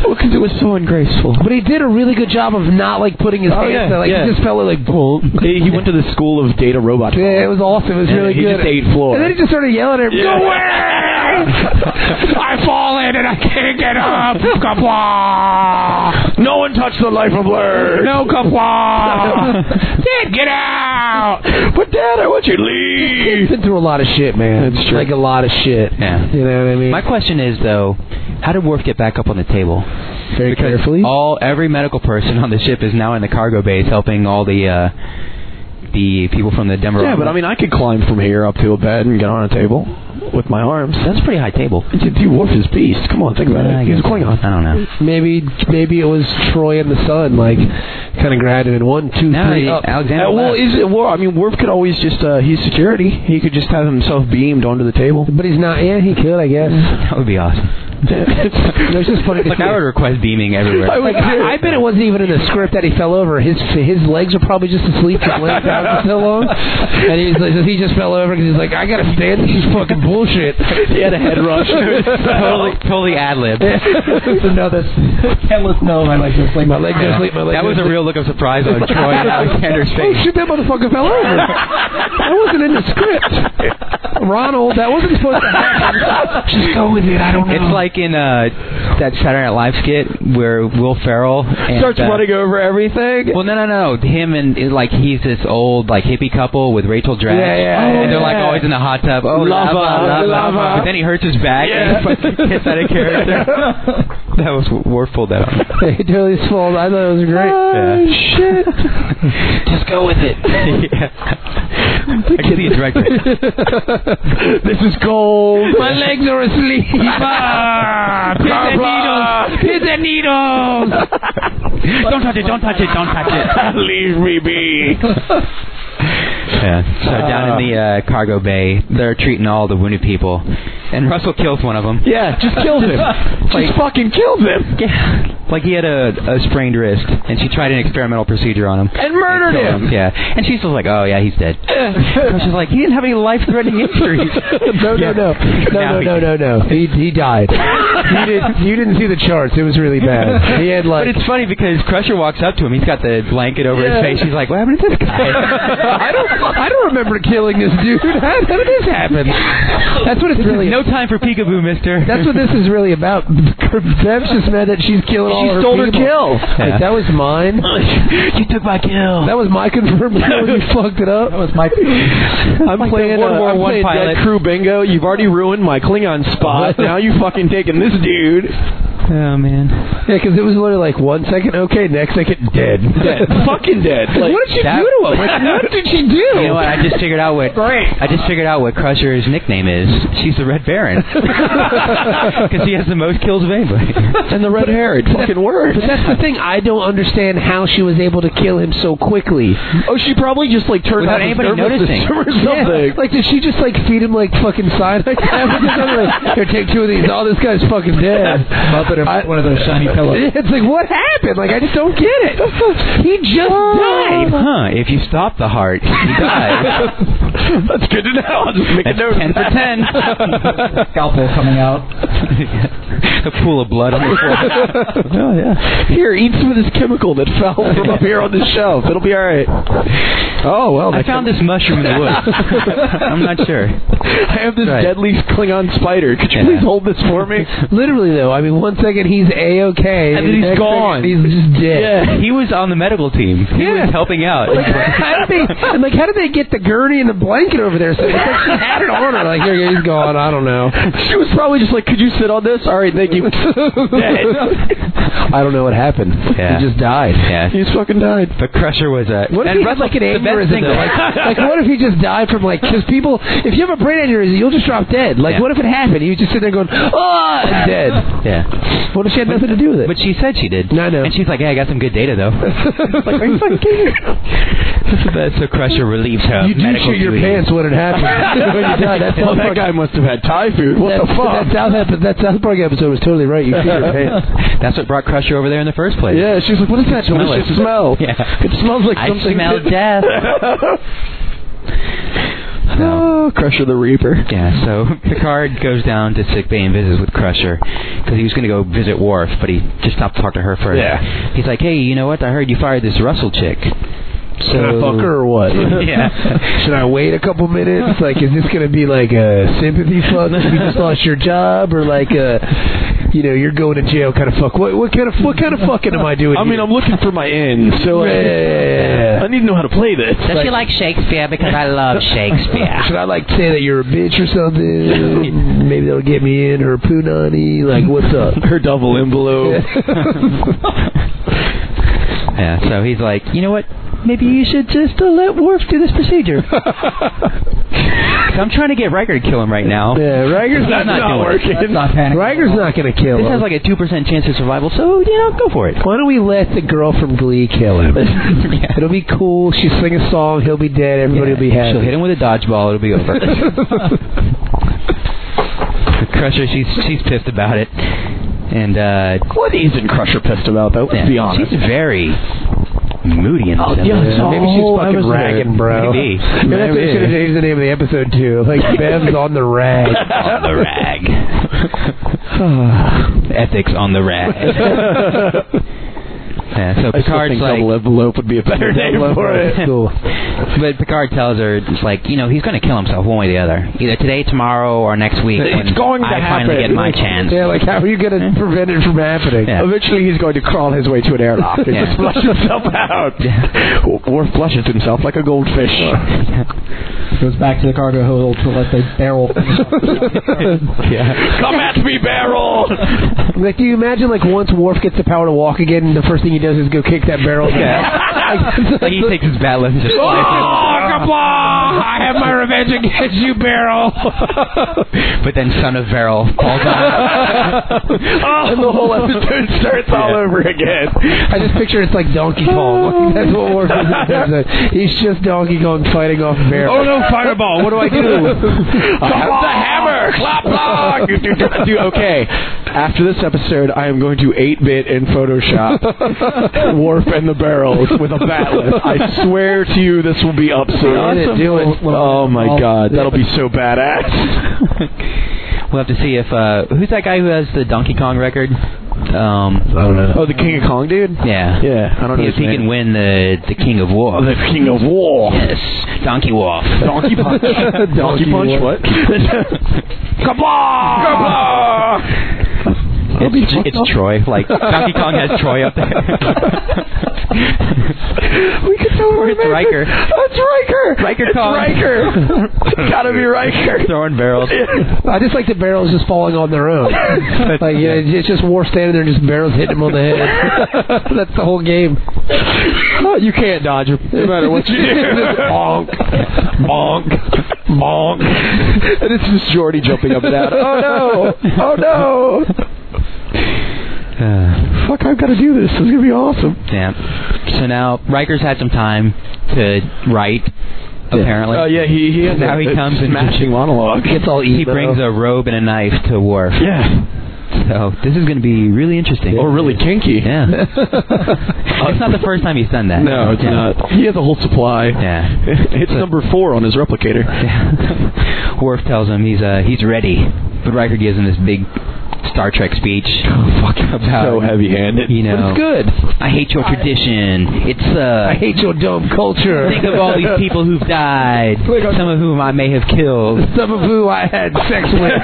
Well, because it was so ungraceful. But he did a really good job of not like putting his Oh, hands yeah, down. Like yeah. he just fell over, like boom. He, he went to the school of data robot. Yeah, it was awesome. It was And really he good. just ate floor. And then he just started yelling at him. Yeah. Go away! I've fallen and I can't get up. Kapla! No one touched the life of Lurg. No kapla! Dad, get out! But Dad, I want you to He's leave. been through a lot of shit, man. That's true. Like a lot of shit. Yeah. You know what I mean? My question is though, how did Worf get back up on the table? Very because carefully. all every medical person on the ship is now in the cargo base helping all the uh, the people from the Denver. Yeah, but I mean, I could climb from here up to a bed and get on a table with my arms. that's a pretty high table. Dude, he Worf is beast. Come on, think about I it. Uh, He's a guess- Klingon. I don't know. Maybe maybe it was Troy and the son, like, kind of grabbed him in one, two, three. No, he- up. Alexander. Uh, well, left. is it, well, I mean, Worf could always just, uh, he's security. He could just have himself beamed onto the table. But he's not. Yeah, he could, I guess. that would be awesome. It's just funny to Mm. Like see. I would request beaming everywhere. Like, I, I bet it wasn't even in the script that he fell over. His his legs were probably just asleep from laying down for so long, and he's like, he just fell over because he's like, I gotta stand this fucking bullshit. he had a head rush. totally, totally ad lib. no, that's endless. No, my legs are asleep. My legs are asleep. My legs. That are was a asleep. real look of surprise on Troy and Alexander's Oh face. shit! That motherfucker fell over. that wasn't in the script, Ronald. That wasn't supposed to happen. Just go with it. I Oh, don't know. It's like in uh, that Saturday Night Live skit where Will Ferrell and, Starts uh, running over everything. Well, no, no, no. Him and it- like he's this old like hippie couple with Rachel Dratch. Yeah, yeah, and yeah. they're like always in the hot tub. Oh, Lava, lava, lava. lava. But then he hurts his back and Yeah. he fucking gets out of character. that was Worf pulled that off. It totally swallowed. I thought it was great. shit. Just go with it. yeah. I can see a director. this is gold. My legs are asleep. Ah, pins and needles. Pins and needles. don't touch it. Don't touch it. Don't touch it. Leave me be. Yeah. So down Ah. in the uh, cargo bay, they're treating all the wounded people, and Russell kills one of them. Yeah, just kill him. just fucking kill him. Yeah. Like he had a, a sprained wrist, and she tried an experimental procedure on him. And murdered Killed him. him, Yeah. And she's just like, oh yeah, he's dead. And she's like, he didn't have any life-threatening injuries. No, no, no, Now no, no, he- no, no, no. He he died. You didn't you didn't see the charts. It was really bad. He had But like it's funny because Crusher walks up to him. He's got the blanket over his face. He's like, "What happened to this guy?" I don't I don't remember killing this dude. How, how did this happen? That's what it's really. no time for peekaboo, Mister. That's what this is really about. Bev's just mad that she's killing all her stole her people. kill. Like, that was mine. you took my kill. That was my confirmed kill. You fucked it up. That was my. I'm playing World uh, War I'm One playing pilot. Dead Crew Bingo. You've already ruined my Klingon spot. now you fucking taking this dude. Oh man. Yeah, because it was literally like one second okay, next second dead. dead, fucking dead. Like, what did she that- do to him? Like, what did she do? You know what? I just figured out what I just figured out what Crusher's nickname is. She's the Red Baron because he has the most kills of anybody. and the red hair, it fucking worked. But that's the thing. I don't understand how she was able to kill him so quickly. Oh, she probably just like turned Without on his anybody nervous noticing. system or something. Like, did she just like feed him like fucking cyanide tablets? or something? Like, Here, take two of these. Oh, this guy's fucking dead. Muppet him with one of those shiny pillows. It's like what happened? Like I just don't get it. He just Oh. died. Huh? If you stop the heart, you die. That's good to know. I'll just make That's a note. of ten for that. ten. Scalpel coming out. a pool of blood on your floor. Oh yeah. Here, eat some of this chemical that fell from up here on the shelf. It'll be all right. Oh well, I that found this mushroom in the woods. I'm not sure. I have this Right. deadly Klingon spider. Could you Yeah. please hold this for me? Literally though, I mean, one second he's a okay, And then he's next second gone. He's just dead. He was on the medical team. He was helping out. Like, how did they? And like, how did they get the gurney and the blanket over there? So it's like she had it on her. Like, here, he's gone. I don't know. She was probably just like, "Could you sit on this?" All right, thank you. Dead. I don't know what happened. Yeah. He just died. yeah. He's fucking died. But Crusher was a. What if and he had Russell, like an the best aneurysm? thing Though? Like, like, what if he just died from like? Because people, if you have a brain aneurysm, you'll just drop dead. Like, Yeah. what if it happened? You just sit there going, oh, and dead. yeah. What if she had nothing to do with it? But she said she did. No, I know. And she's like, "Hey, I got some good data though." like, are you fucking kidding? That's so Crusher relieves her. you do medical shit your duties. pants when it happens. when you die, that's Well, South that Park. guy must have had Thai food. What That, the fuck? that South, Ep- that South Park episode was totally right. You shit your pants. That's what brought Crusher over there in the first place. yeah, she's like, "What is that Smell delicious it. smell?" Yeah. It smells like I something. smell death. So, Oh, Crusher the Reaper. yeah, so Picard goes down to sick bay and visits with Crusher because he was going to go visit Worf, but he just stopped to talk to her first. Yeah. He's like, "Hey, you know what? I heard you fired this Russell chick." So Should I fuck her or what? Yeah. Should I wait a couple minutes? Like, is this gonna be like a sympathy fuck? You just lost your job, or like a, you know, you're going to jail kind of fuck? What, what kind of what kind of fucking am I doing? I mean, here? I'm looking for my end, so like, Yeah. I need to know how to play this. Does she like Shakespeare? Because I love Shakespeare. Should I like say that you're a bitch or something? Maybe that'll get me in or punani. Like, what's up? Her double envelope. Yeah, so he's like, you know what? Maybe you should just uh, let Worf do this procedure. 'Cause I'm trying to get Riker to kill him right now. Yeah, Riker's I'm not, not doing it. That's not panic. Riker's not gonna kill This him. has like a two percent chance of survival, so you know, go for it. Why don't we let the girl from Glee kill him? It'll be cool. She will sing a song. He'll be dead. Everybody will be happy. She'll hit him with a dodgeball. It'll be over. Crusher, she's she's pissed about it, and uh, What isn't Crusher pissed about, though? Let's yeah, be honest. she's very moody and oh, yeah, it's Maybe she's Oh, fucking episode. ragging, bro. Maybe. Yeah, that's Maybe. should have changed the name of the episode too. Like Bev's on the rag. on the rag. Ethics on the rag. yeah, so I still Picard's think like, double envelope would be a better name for it. Cool. but Picard tells her, it's like, you know, he's going to kill himself one way or the other, either today, tomorrow, or next week. It's when going to I finally happen. get my chance. Yeah, like how are you gonna prevent it from happening? Yeah. Eventually, he's going to crawl his way to an airlock and Yeah. just flush himself out. Or flushes himself like a goldfish. Goes back to the cargo hold to let the barrel. Come at me, barrel! Like, do you imagine like once Worf gets the power to walk again, the first thing he does is go kick that barrel? Yeah. like he takes his bat left and Oh, just. Oh, I have my revenge against you, barrel. but then Son of Beryl falls on. and the whole episode starts all over again. I just picture it's like Donkey Kong. That's what Worf is. in this episode. He's just Donkey Kong fighting off barrel. Oh, no, fireball! What do I do? I have the hammer! Clap, clap! Do, do, do, do. okay. After this episode, I am going to 8-bit in Photoshop Warp and the Barrels with a bat lift. I swear to you, this will be up soon. Awesome. Do it. Oh my god, that'll be so badass. we'll have to see if uh, who's that guy who has the Donkey Kong record. Um, I don't know. Oh, the King of Kong dude? yeah. Yeah, I don't know If his he can name. win the the King of War. The King of War. Yes, Donkey Wolf. Donkey Punch. Donkey Punch, what? Kablah! It's, it's Troy. Like Donkey Kong has Troy up there. we could tell Or her it's amazing. Riker. It's Riker. Riker it's Kong. Riker. It's gotta be Riker. Throwing barrels. Oh. I just like the barrels just falling on their own. But, like you know, it's just Worf standing there, and just barrels hitting him on the head. That's the whole game. Oh, you can't dodge him, no matter what you do. bonk, bonk, bonk. And it's just Jordy jumping up and down. Oh no! Oh no! Uh, Fuck! I've got to do this. This is gonna be awesome. damn. So now Riker's had some time to write, apparently. Oh yeah, he he has Now a, he a comes and- smashing monologue. It's all He emo. brings a robe and a knife to Worf. Yeah. So this is going to be really interesting. Or Oh, really kinky. Uh, Yeah. Uh, it's not the first time he's done that. No, it's Yeah. not. He has a whole supply. Yeah. It's number four on his replicator. Yeah. Worf tells him he's uh, he's ready, but Riker gives him this big Star Trek speech. Oh, fuck about So heavy-handed. You know, But it's good. I hate your tradition. It's uh, I hate your dumb culture. think of all these people who've died, some of whom I may have killed. Some of who I had sex with.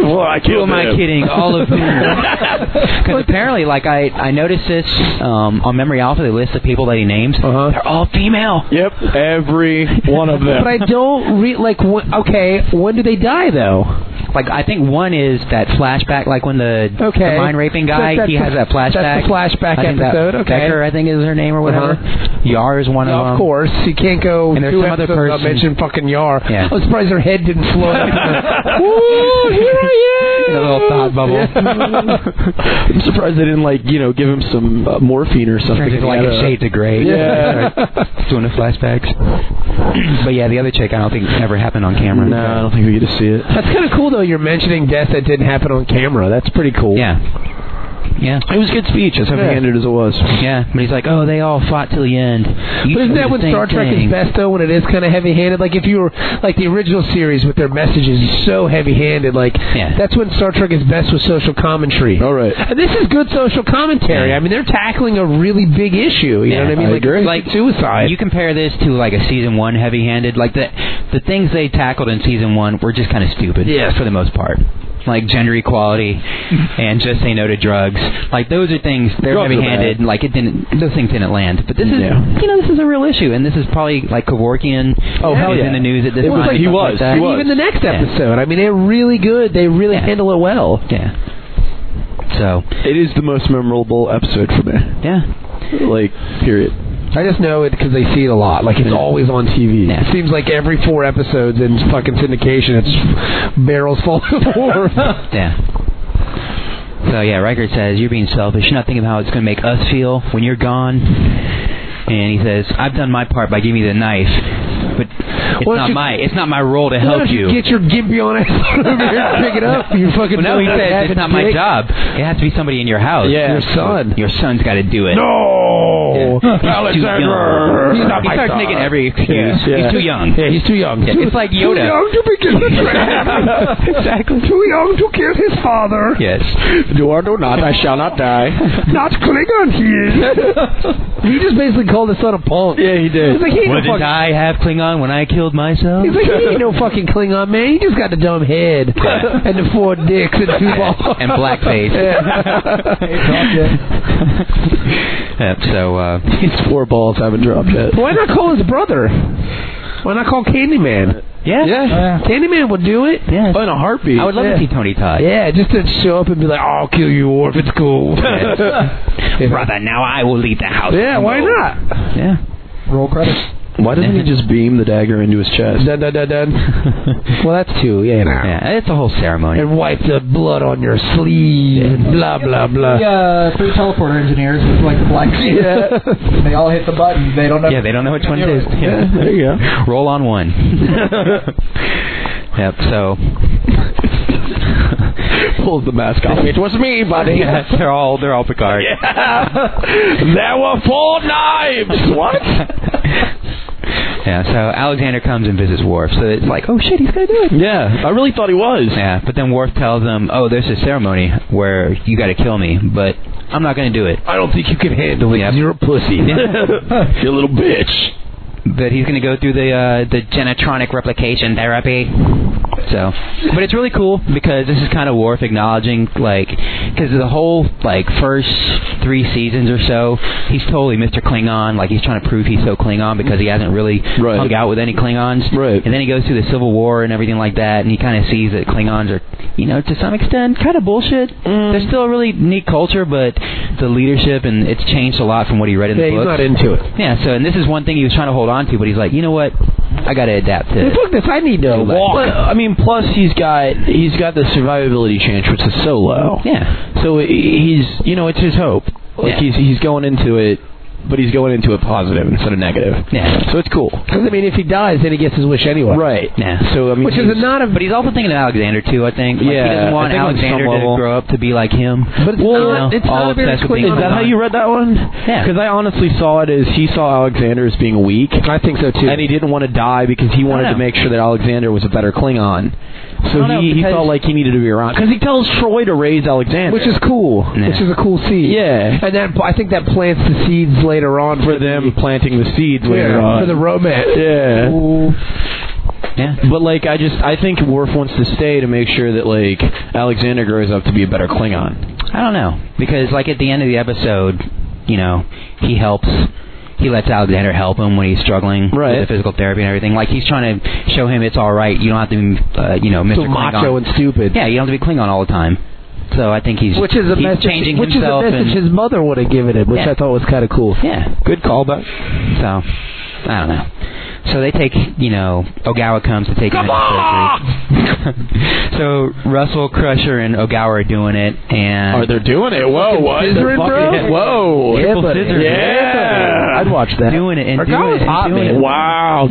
well, I Who killed am I him. kidding? All of them. Because apparently, like I, I noticed this um, on Memory Alpha, the list of people that he names, Uh-huh. they're all female. Yep, every one of them. but I don't re like. Wh- okay, when do they die though? Like I think one is that flashback, like when the, Okay. the mind raping guy, That's- he that's has that the- that's flashback. the flashback I think that episode, okay. Uh-huh. Becker, I think is her name or whatever. Yar is one of them. Of course, you can't go And there's two some other episodes without person- mentioning fucking Yar. Yeah. I'm surprised her head didn't float. Ooh, here I am. In a little thought bubble. I'm surprised they didn't like you know give him some uh, morphine or something. Turns into like Yeah. a shade to gray. Yeah. Doing the flashbacks. but yeah, the other chick I don't think ever happened on camera. No, I don't think we get to see it. That's kind of cool though. You're mentioning death that didn't happen on camera. That's pretty cool. Yeah. Yeah. It was a good speech, as heavy-handed as it was. Yeah. But he's like, oh, they all fought till the end. You But isn't that when Star Trek is best though? When it is kind of heavy-handed, like if you were like the original series with their messages so heavy-handed, like Yeah. that's when Star Trek is best with social commentary. All right. And this is good social commentary. Yeah. I mean, they're tackling a really big issue. You know what I mean? like, Like suicide. You compare this to like a season one heavy-handed. Like the the things they tackled in season one were just kind of stupid. Yes. for the most part. Like gender equality and just say no to drugs. Like those are things they're Drugs are heavy-handed. bad. Like it didn't. Those things didn't land. But this is Yeah. you know this is a real issue, and this is probably like Kevorkian. Oh, hell is yeah. in the news at this It was time. like- he something was, that. he was. even the next Yeah. episode. I mean, they're really good. They really Yeah. handle it well. Yeah. So It is the most memorable episode for me. yeah. Like, period. I just know it because they see it a lot. Like it's always on TV. Yeah. It seems like every four episodes in fucking syndication, it's barrels full of horror. Yeah. So yeah, Riker says you're being selfish. You're not thinking how it's going to make us feel when you're gone. And he says, "I've done my part by giving you the knife, but it's Why don't not you- my it's not my role to Why help don't you you." get your gimpy on ass over here and pick it up? You fucking. Well, no, he says fucking it's not my dick. job. It has to be somebody in your house. Yeah. Your son. Your son's got to do it. No, Yeah. He's too young. He's he starts making every excuse. Yeah. He's too young. Yeah, he's too young. Yeah, it's like Yoda. to begin. exactly. Too young to kill his father. Yes. Do or do not, I shall not die. Not Klingon he is. he just basically called his son a punk. yeah, he did. He's like, he ain't no Well, did fucking- I have Klingon when I killed myself? He's like, he ain't no fucking Klingon, man. He just got the dumb head and the four dicks and two balls. and blackface. Yep, so uh, These four balls haven't dropped yet. Why not call his brother? Why not call Candyman? yeah, Yeah. Candyman would do it. yeah. Oh, in a heartbeat. I would love Yeah. to see Tony Todd. Yeah, just to show up and be like, I'll kill you, Orf. It's cool. Brother, now I will leave the house. yeah, why not? Yeah. Roll credits. Why doesn't he just beam the dagger into his chest? Dun, dun, dun, dun. well, that's two, yeah, nah. Yeah, it's a whole ceremony. And wipe the blood on your sleeve and blah, blah, blah. Three, uh, three teleporter engineers with like black suits. They all hit the button. They don't know. Yeah, they don't know which one it is. Yeah, there you go. Roll on one. yep, so Pulls the mask off. It was me, buddy. yeah, they're all they're all Picard. there were four knives. What? Yeah, so Alexander comes and visits Worf, so it's like, oh shit, he's gonna do it. Yeah, I really thought he was. Yeah, but then Worf tells him, "Oh, there's a ceremony where you got to kill me, but I'm not going to do it." I don't think you can handle it. Yep. You're a pussy. you little bitch. that he's going to go through the uh, the genetronic replication therapy. So, but it's really cool because this is kind of Worf acknowledging like because the whole like first three seasons or so, he's totally Mr. Klingon. Like he's trying to prove he's so Klingon because he hasn't really Right. hung out with any Klingons. Right. And then he goes through the Civil War and everything like that, and he kind of sees that Klingons are, you know, to some extent, kind of bullshit. Mm. They're still a really neat culture, but the leadership and it's changed a lot from what he read in Yeah, the he's book. not into it. Yeah, so and this is one thing he was trying to hold on to, but he's like, you know what? I got to adapt to it. Fuck this! I need to Well, walk. I mean, plus he's got he's got the survivability chance, which is so low. Yeah. So he's you know it's his hope. Like Yeah. he's he's going into it, but he's going into it positive instead of negative. Yeah. So it's cool. Because I mean, if he dies, then he gets his wish anyway. Right. Yeah. So I mean, Which is he's- not a. But he's also thinking of Alexander too. I think. Like, Yeah, He doesn't I want think on some Alexander to level- grow up to be like him. But it's you not- know, it's all not a very obsessed with quick- being Is that how Klingon. you read that one? Yeah. Because I honestly saw it as he saw Alexander as being weak, I think so too. and he didn't want to die because he wanted know. to make sure that Alexander was a better Klingon. So don't know, he, he because- felt like he needed to be around because he tells Troy to raise Alexander, which is cool. Yeah. Which is a cool seed. yeah And that I think that plants the seeds later on for them planting the seeds the, later yeah, on. for the romance. yeah. Ooh. Yeah. But like I just I think Worf wants to stay to make sure that like Alexander grows up to be a better Klingon. I don't know because like at the end of the episode, you know, he helps. He lets Alexander help him when he's struggling Right. with the physical therapy and everything. Like he's trying to show him it's all right. You don't have to, be, uh, you know, Mr. So Klingon. macho and stupid. yeah, you don't have to be Klingon all the time. So I think he's Which is a he's message. changing which is a himself message and his mother would have given him, which Yeah. I thought was kind of cool. yeah. Good callback. So I don't know. So they take, you know, Ogawa comes to take him into surgery. so Russell, Crusher, and Ogawa are doing it, and Are they doing it? Whoa, what? scissoring, bro? Whoa. Yeah, Triple buddy. scissors. Yeah. Yeah. I'd watch that. doing it and Her doing girl it. is and hot, doing man. it. Wow.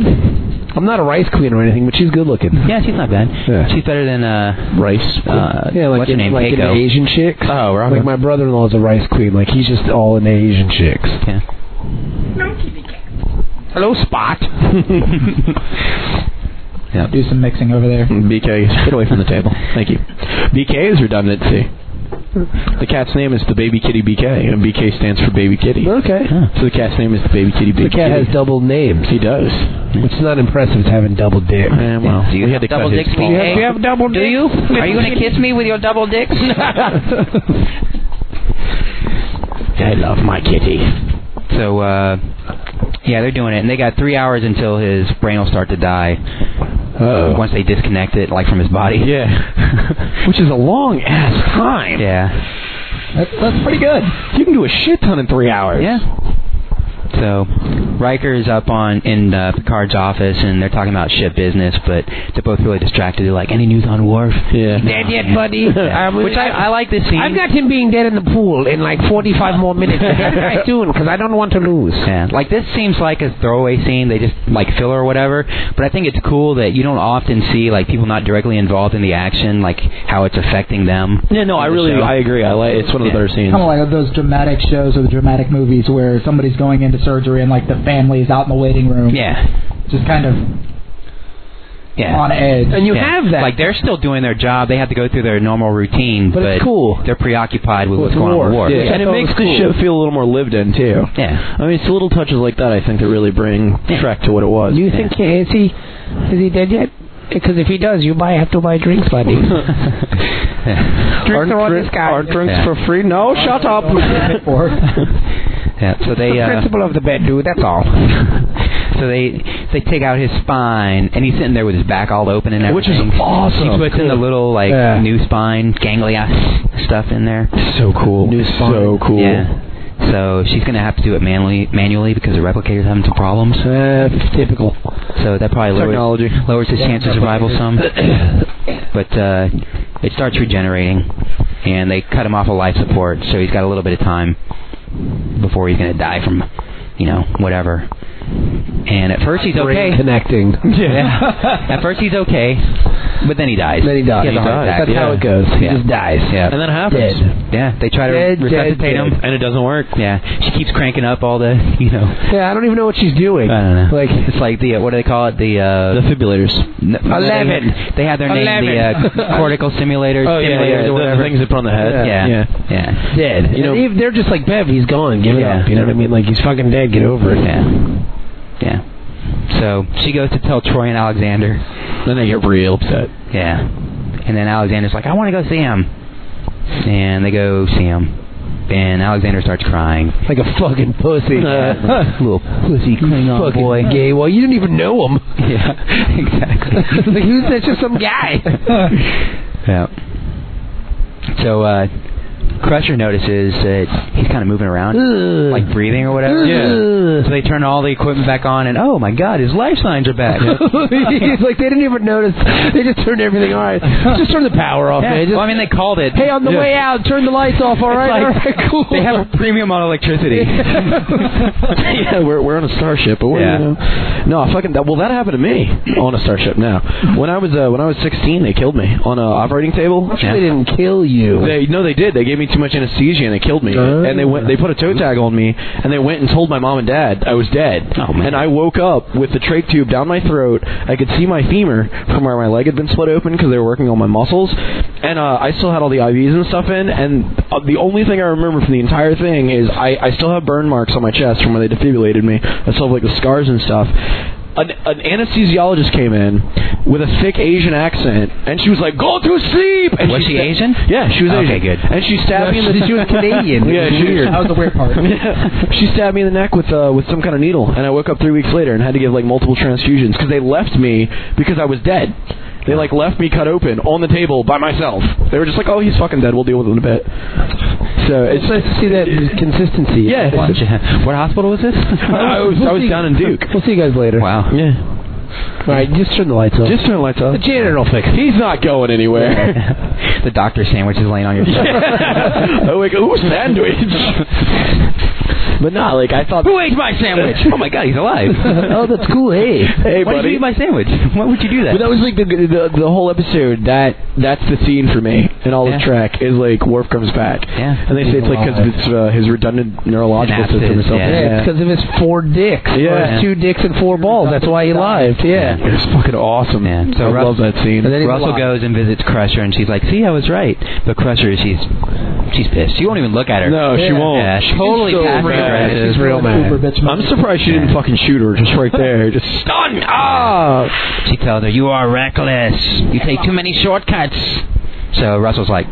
I'm not a rice queen or anything, but she's good looking. Yeah, she's not bad. Yeah. She's better than uh, Rice. uh yeah, like what's in, her name, like in Keiko. Asian chicks. Oh, right. Like my brother-in-law's a rice queen. Like he's just all in Asian chicks. Yeah. Hello, Spot. Do some mixing over there. BK, get away from the table. Thank you. BK is redundancy. The cat's name is the baby kitty BK, and BK stands for baby kitty. Okay. So the cat's name is the baby kitty baby The cat kitty. has double names. he does. Which is not impressive. It's having double dick. Eh, well, Do you we have had to cut double his dick ball. speak? Hey, double Do you? Are you gonna kiss me with your double dicks? I love my kitty. So uh yeah, they're doing it, and they got three hours until his brain will start to die. Oh. Once they disconnect it, like from his body. Yeah. Which is a long ass time. Yeah. That's, that's pretty good. You can do a shit ton in three hours. Yeah. So Riker is up on in uh, Picard's office, and they're talking about ship business, but they're both really distracted. They're like, "Any news on Worf?" Yeah. Dead yet, buddy. Um, Which I, I like this scene. I've got him being dead in the pool in like 45 more minutes. Very soon, because I don't want to lose. Yeah, like this seems like a throwaway scene. They just like filler or whatever. But I think it's cool that you don't often see like people not directly involved in the action, like how it's affecting them. Yeah, no, I really, show. I agree. I like it's one of the Yeah. better scenes. Kind of like those dramatic shows or the dramatic movies where somebody's going into surgery and like the family is out in the waiting room, Yeah, just kind of yeah. on edge. And you Yeah. have that. Like they're still doing their job. They have to go through their normal routine, But but, it's cool. They're preoccupied with what's With going on with war. war. Yeah, Yeah, and it that was makes cool. the show feel a little more lived in too. Yeah. I mean, it's little touches like that I think that really bring Trek to what it was. you think is he is he dead yet? Because if he does, you might have to buy drinks, buddy. yeah. Drinks are on this guy. Aren't drinks Yeah. for free? No, shut up. Yeah. So they the uh, principle of the bed, dude. That's all. so they they take out his spine, and he's sitting there with his back all open and Which is everything. awesome. He puts in the little like Yeah. new spine ganglia stuff in there. so cool. So cool. Yeah. So she's gonna have to do it manually, manually because the replicator's having some problems. Uh, typical So that probably lowers technology. lowers his chance of survival some. But uh, it starts regenerating, and they cut him off of life support, so he's got a little bit of time before he's going to die from, you know, whatever. And at first he's okay. connecting. Yeah. at first he's okay, but then he dies. Then he dies. He has a heart attack. That's how it goes. He Yeah. just dies. Yeah. And that happens. Dead. Yeah, they try to Dead, resuscitate dead, him. And it doesn't work. Yeah, she keeps cranking up all the, you know, Yeah, I don't even know what she's doing. I don't know. Like it's like the uh, what do they call it? The uh, Defibrillators. n- they have- Eleven. They have their name. The uh, cortical simulators. Oh yeah, simulators yeah, or the- the whatever. things they put on the head. yeah. yeah. dead. You know- know, they're just like Bev. He's gone. Give it Yeah. up. You know what I mean? Like he's fucking dead. Get over it. Yeah. Yeah. So she goes to tell Troy and Alexander. Then they get real upset. Yeah. And then Alexander's like, I want to go see him. And they go see him. And Alexander starts crying. Like a fucking pussy. Little pussy Klingon fucking boy. gay. Well, you didn't even know him. Yeah, exactly. like, who's that? Just some guy. yeah. So uh, Crusher notices that he's kind of moving around, like breathing or whatever. Yeah. So they turn all the equipment back on, and oh my God, his life signs are back. He's like, they didn't even notice. They just turned everything on. Just turn the power off, Yeah. man. Just, Well, I mean, they called it. hey, on the way out, turn the lights off, all right? like- all right, cool. They have a premium on electricity. yeah, we're we're on a starship, but we're Yeah. you know, no, fucking that. Well, that happened to me on a starship. Now, when I was uh, when I was 16, they killed me on a operating table. They didn't kill you. They no, they did. They gave me too much anesthesia and they killed me. Oh. And they went. They put a toe tag on me and they went and told my mom and dad I was dead. Oh, man. And I woke up with the trach tube down my throat. I could see my femur from where my leg had been split open because they were working on my muscles. And uh, I still had all the IVs and stuff in. And uh, the only thing I remember from the entire thing is I, I still have burn marks on my chest from where they defibrillated me. I still have like the scars and stuff an, an anesthesiologist came in with a thick Asian accent, and she was like, "Go to sleep." And Was she sta- Asian? Yeah, she was Okay, Asian. good. And she stabbed me in the. she was Canadian. Yeah, It was she- weird. That was the weird part. she stabbed me in the neck with uh, with some kind of needle, and I woke up three weeks later and had to give like multiple transfusions because they left me because I was dead. They like left me cut open on the table by myself. They were just like, "Oh, he's fucking dead. We'll deal with it in a bit." So it's It's nice to see that consistency. Yeah. what hospital was this? I was, I was down in Duke. We'll see you guys later. Wow. Yeah, All right, just turn the lights off. just turn the lights off. the janitor will fix it. He's not going anywhere. the doctor sandwich is laying on your chest. I like, ooh, sandwich. but not like I thought. Who ate my sandwich? Oh my god, he's alive. oh, that's cool. Hey. Hey, Why did you eat buddy. my sandwich? Why would you do that? But that was like the, the the whole episode. That that's the scene for me in all Yeah. of Trek is like Worf comes back. Yeah. And they say it's like because alive. it's uh, his redundant neurological Synapses, system or something. yeah. Yeah, it's because of his four dicks. Yeah. Or his two dicks and four balls. That's why he lived. Yeah. It was fucking awesome. Yeah. So I Russ- love that scene. And then he Russell lied. goes and visits Crusher, and she's like, "See, I was right." But Crusher, she's she's pissed. She won't even look at her. no, she Yeah. won't. Yeah, she's totally so passive mad. aggressive. She's real Uber mad. bitch. I'm surprised she didn't fucking shoot her just right there. Just stun. Ah. She tells her, Oh. "You are reckless. You take too many shortcuts." So Russell's like,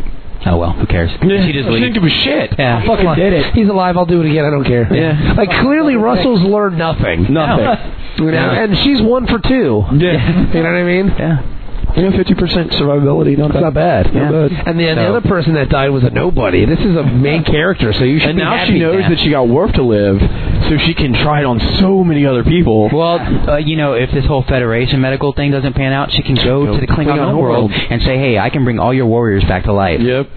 "Oh well, who cares?" She just didn't leaves. give a shit. Yeah. Fucking did it. He's alive. I'll do it again. I don't care. Yeah. Like clearly, Russell's learned nothing. Nothing. You know, and she's one for two. Yeah. You know what I mean? Yeah. You know, fifty percent survivability. Not It's bad. not bad. Yeah. Not bad. And the, the So- other person that died was a nobody. This is a main character, so you should And be now happy she knows now. that she got Worf to live, so she can try it on so many other people. Well, uh, you know, if this whole Federation medical thing doesn't pan out, she can go, to the Klingon, Klingon world homeworld. and say, "Hey, I can bring all your warriors back to life." Yep.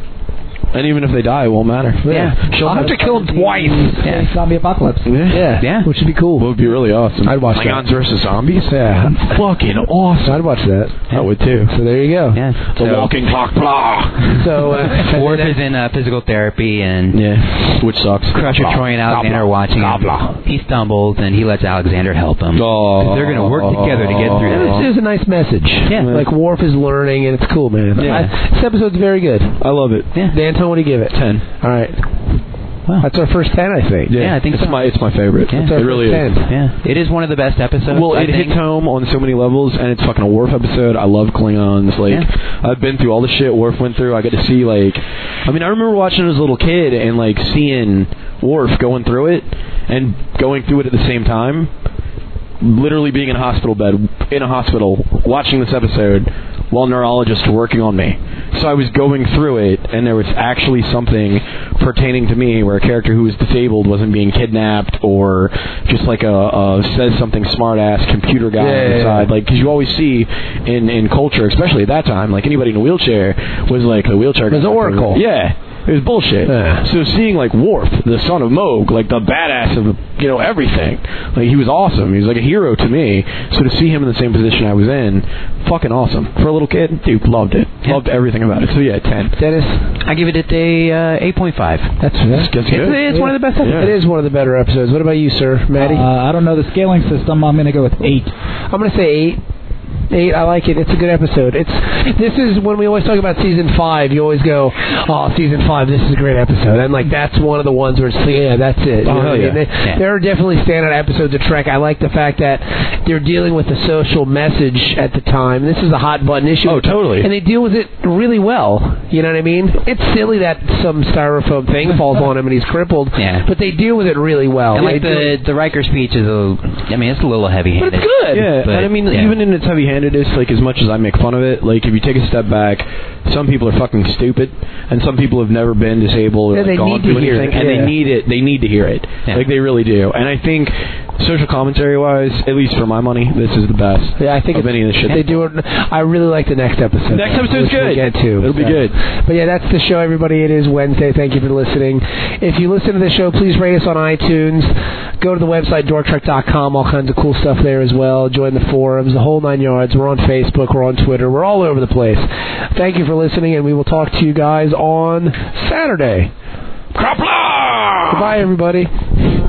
And even if they die, it won't matter. Yeah. She'll I'll have to kill him twice. Yeah. Zombie apocalypse. Yeah. Yeah. Which would be cool. Well, it'd be really awesome. I'd watch that. Klingons versus zombies. Yeah. Fucking awesome. I'd watch that. I would too. So there you go. Yeah. The So- walking clock, blah. So uh, Worf is in uh, physical therapy, and Yeah. Which sucks. Crusher, Troy, and Alexander are watching. Blah, him. blah. He stumbles, and he lets Alexander help him. Oh. They're gonna work together to get through It was a nice message. Yeah. Like Worf is learning, and it's cool, man. Yeah. I- this episode's very good. I love it. Yeah. Dan, Tony, what do you give it? Ten. All right. Wow. That's our first ten, I think. Yeah, I think it's so. my it's my favorite. Yeah. It's It our really first is. ten. Yeah, it is one of the best episodes. Well, I it think. hits home on so many levels, and it's fucking a Worf episode. I love Klingons. Like, I've been through all the shit Worf went through. I get to see like, I mean, I remember watching as a little kid and like seeing Worf going through it and going through it at the same time. Literally being in a hospital bed, in a hospital, watching this episode while neurologists were working on me. So I was going through it, and there was actually something pertaining to me where a character who was disabled wasn't being kidnapped or just like a, a says something smart ass computer guy Yeah, on the yeah, side. Like, because you always see in, in culture, especially at that time, like anybody in a wheelchair was like the wheelchair guy. was an oracle. Yeah. It was bullshit. Yeah. So seeing like Worf, the son of Moog, like the badass of you know everything, like he was awesome. He was like a hero to me. So to see him in the same position I was in, fucking awesome for a little kid. Dude, loved it. Loved everything about it. So yeah, ten. Dennis, I give it at a uh, eight point five. that's that's That's It's, good. it's one of the best. Yeah. It is one of the better episodes. What about you, sir, Maddie? Uh, I don't know the scaling system. I'm gonna go with eight. I'm gonna say eight. eight. I like it. It's a good episode. It's this is when we always talk about season five. You always go, oh, season five. This is a great episode. And like that's one of the ones where it's like, yeah, that's it. You know what I hell mean? Oh, yeah. They- Yeah. There are definitely standout episodes of Trek. I like the fact that they're dealing with the social message at the time. This is a hot button issue. Oh, totally. And they deal with it really well. You know what I mean? It's silly that some styrofoam thing falls on him and he's crippled. Yeah. But they deal with it really well. And They like Oh, do- the the Riker speech is a, I mean, it's a little heavy but handed. it's good. Yeah, But, and I mean, yeah. even in its heavy-handedness, like as much as I make fun of it, like if you take a step back, some people are fucking stupid, and some people have never been disabled or Yeah, like, they gone need to through hear anything, it, and yeah. they need it. They need to hear it, Yeah. like they really do. And I think social commentary-wise, at least for my money, this is the best. Yeah, I think of it's- any of this shit. They do it. I really like the next episode. Next episode's which We'll good. get to. It'll be So. good. But yeah, that's the show, everybody. It is Wednesday. Thank you for listening. If you listen to the show, please rate us on iTunes. Go to the website, dorktrek.com. All kinds of cool stuff there as well. Join the forums, the whole nine yards. We're on Facebook. We're on Twitter. We're all over the place. Thank you for listening, and we will talk to you guys on Saturday. Goodbye, everybody.